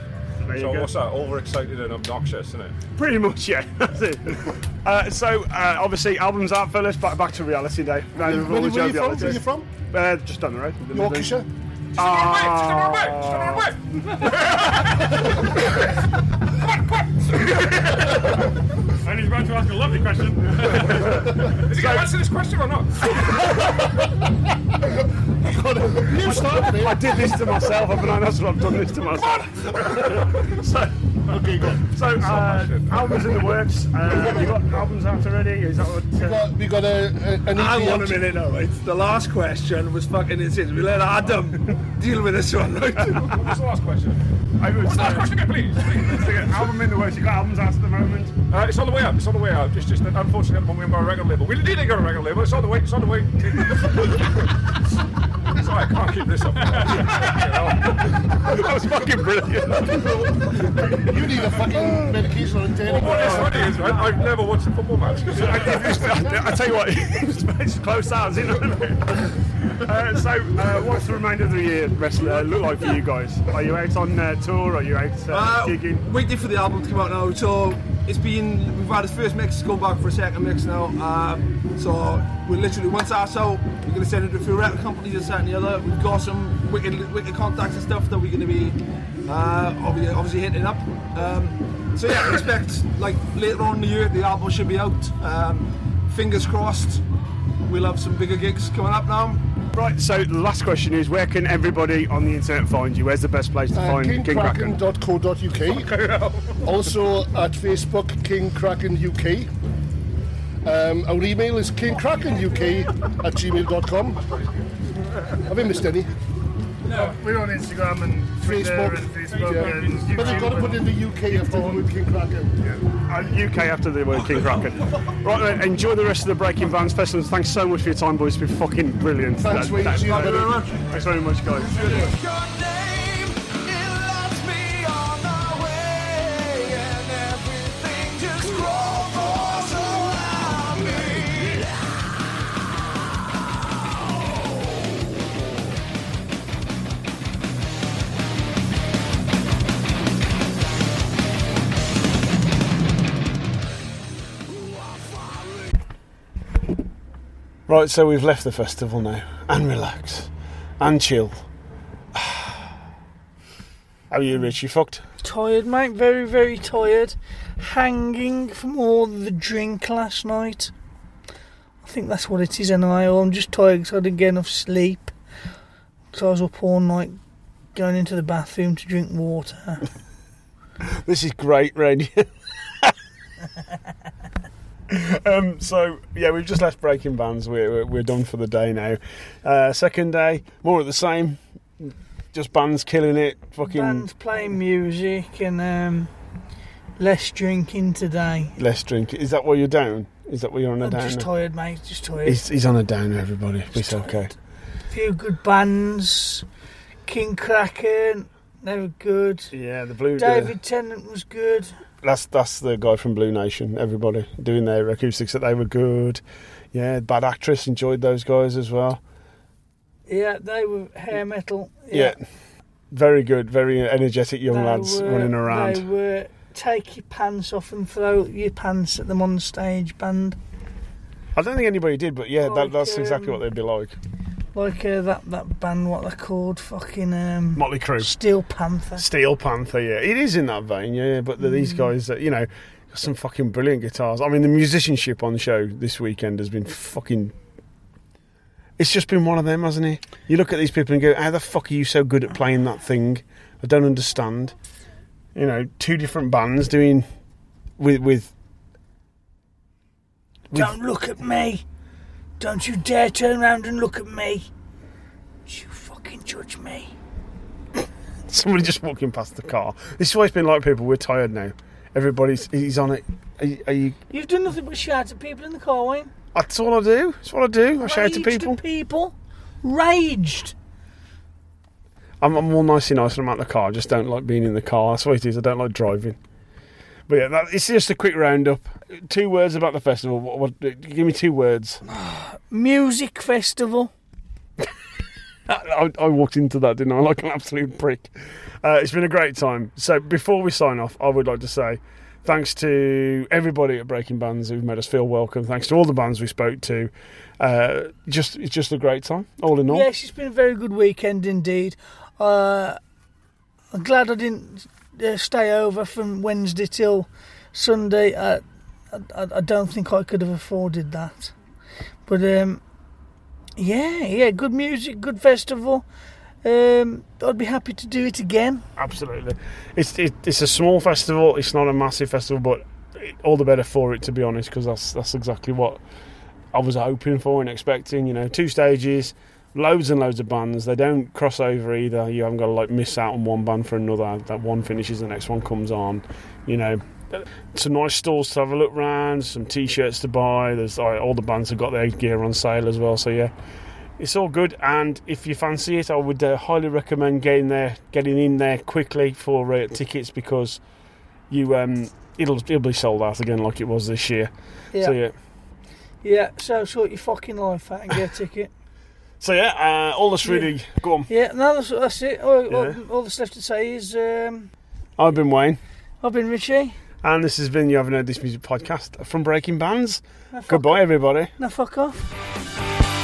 There you so go. what's that? Overexcited and obnoxious, isn't it? Pretty much, yeah. That's it. Uh, so, uh, obviously, albums out, fellas. Back, back to reality day. Now, Where- we've where always you had the from? other Where two. you from? Uh, just down the road. Yorkshire? Ah. And he's about to ask a lovely question. Is he going to answer this question or not? I, I did this to myself, haven't I? That's what I've done this to myself. so, okay, good. So, uh, albums in the works. Uh, you got albums out already? Is that what? Uh, We got a, a, an Hang EP on a out. minute now, right? The last question was fucking insane. We let Adam deal with this one, right? What's the last question? I was, last question again, please? album in the works. You got albums out at the moment? Uh, it's on the way up. It's on the way up. Just, just unfortunately, at the moment, we're on a record label. We didn't go on a record label. It's on the way. It's on the way. Sorry, I can't keep this up. that was fucking brilliant. you need a fucking medication on a daily. Well, what is funny is, right, I've never watched a football match. I tell you what, it's close sounds, isn't it? Uh, so, uh, what's the remainder of the year wrestling uh, look like for you guys? Are you out on uh, tour? Are you out uh, Uh, gigging? waiting for the album to come out now. So it's been we've had his first mix, it's going back for a second mix now. Um, so we're literally once that's out, we're gonna send it to a few record companies and that and the other. We've got some wicked, wicked contacts and stuff that we're gonna be uh, obviously, obviously hitting up. Um, so yeah, expect like later on in the year the album should be out. Um, fingers crossed. We'll have some bigger gigs coming up now. Right, so the last question is where can everybody on the internet find you? Where's the best place to Uh, find King Kraken? kingkraken.co.uk. also at Facebook, kingkrakenuk. Um, our email is kingkrakenuk at gmail.com. Have I missed any? No, we're on Instagram and Facebook. Twitter and Facebook Yeah. and YouTube. But they've got to put in the UK after the word King Kraken. Uh, UK after the word King Kraken. Right, then, enjoy the rest of the Breaking Bands Festival. Thanks so much for your time, boys. It's been fucking brilliant. Thanks, Wayne. See you Thank you later. very much. Thanks very much, guys. Right, so we've left the festival now and relax and chill. How are you, Rich? You fucked? Tired, mate. Very, very tired. Hanging from all the drink last night. I think that's what it is, and I I'm just tired because I didn't get enough sleep. So I was up all night going into the bathroom to drink water. This is great radio. um, so yeah, we've just left Breaking Bands. We're we're, we're done for the day now. Uh, second day, more of the same. Just bands killing it. Fucking Bands playing music and um, less drinking today. less drink. Is that why you're down? Is that why you're on a I'm down? just tired, mate. Just tired. He's, he's on a down, everybody. It's okay. few good bands. King Kraken, they were good. Yeah, the Blue. David Tennant was good. That's that's the guy from Blue Nation. Everybody doing their acoustics that they were good. Yeah, bad actress enjoyed those guys as well. Yeah, they were hair metal. Yeah. Very good, very energetic young They lads were- running around. They were take your pants off and throw your pants at them on stage band. I don't think anybody did, but yeah, that, that's Like, exactly um, what they'd be like. Like uh, that, that band, what they're called, fucking um, Motley Crue. Steel Panther. Steel Panther, yeah, it is in that vein, yeah. But the- these Mm. guys, that you know, got some fucking brilliant guitars. I mean, the musicianship on show this weekend has been fucking. It's just been one of them, hasn't it? You look at these people and go, "How the fuck are you so good at playing that thing?" I don't understand. you know, two different bands doing with with Don't look at me. Don't you dare turn around and look at me. Don't you fucking judge me. somebody just walking past the car. This is why it's been like people. We're tired now. Everybody's he's on it. Are, you- are you? You've done nothing but shout at people in the car, Wayne. That's all I do. That's what I do. I shout to Raged at people. people. Raged. I'm, I'm all nicey nice when I'm out the car. I just don't like being in the car. That's what it is. I don't like driving. But yeah, that, it's just a quick roundup. Two words about the festival. What, what, give me two words. Music festival. I, I walked into that, didn't I? Like an absolute prick. Uh, it's been a great time. So before we sign off, I would like to say thanks to everybody at Breaking Bands who've made us feel welcome. Thanks to all the bands we spoke to. Uh, just it's just a great time, all in all. Yes, it's been a very good weekend indeed. Uh, I'm glad I didn't uh, stay over from Wednesday till Sunday. I, I, I don't think I could have afforded that. But um, yeah, yeah, good music, good festival. Um, I'd be happy to do it again. Absolutely. It's it, it's a small festival. It's not a massive festival, but it, all the better for it, to be honest, because that's that's exactly what I was hoping for and expecting. You know, two stages, loads and loads of bands. They don't cross over either. You haven't got to like miss out on one band for another. That one finishes, the next one comes on. You know. Some nice stores to have a look round, some t-shirts to buy. There's all all the bands have got their gear on sale as well. So yeah, it's all good, and if you fancy it, I would uh, highly recommend getting there, getting in there quickly for uh, tickets because you um, it'll it'll be sold out again like it was this year. Yeah. So yeah, Yeah, so sort your fucking life out and get a ticket. so yeah, uh, all that's really go on. Yeah, no, that's, that's it. All, all, Yeah. all that's left to say is um, I've been Wayne, I've been Richie. and this has been you haven't heard this music podcast from Breaking Bands. Now fuck Goodbye, everybody. Now fuck off.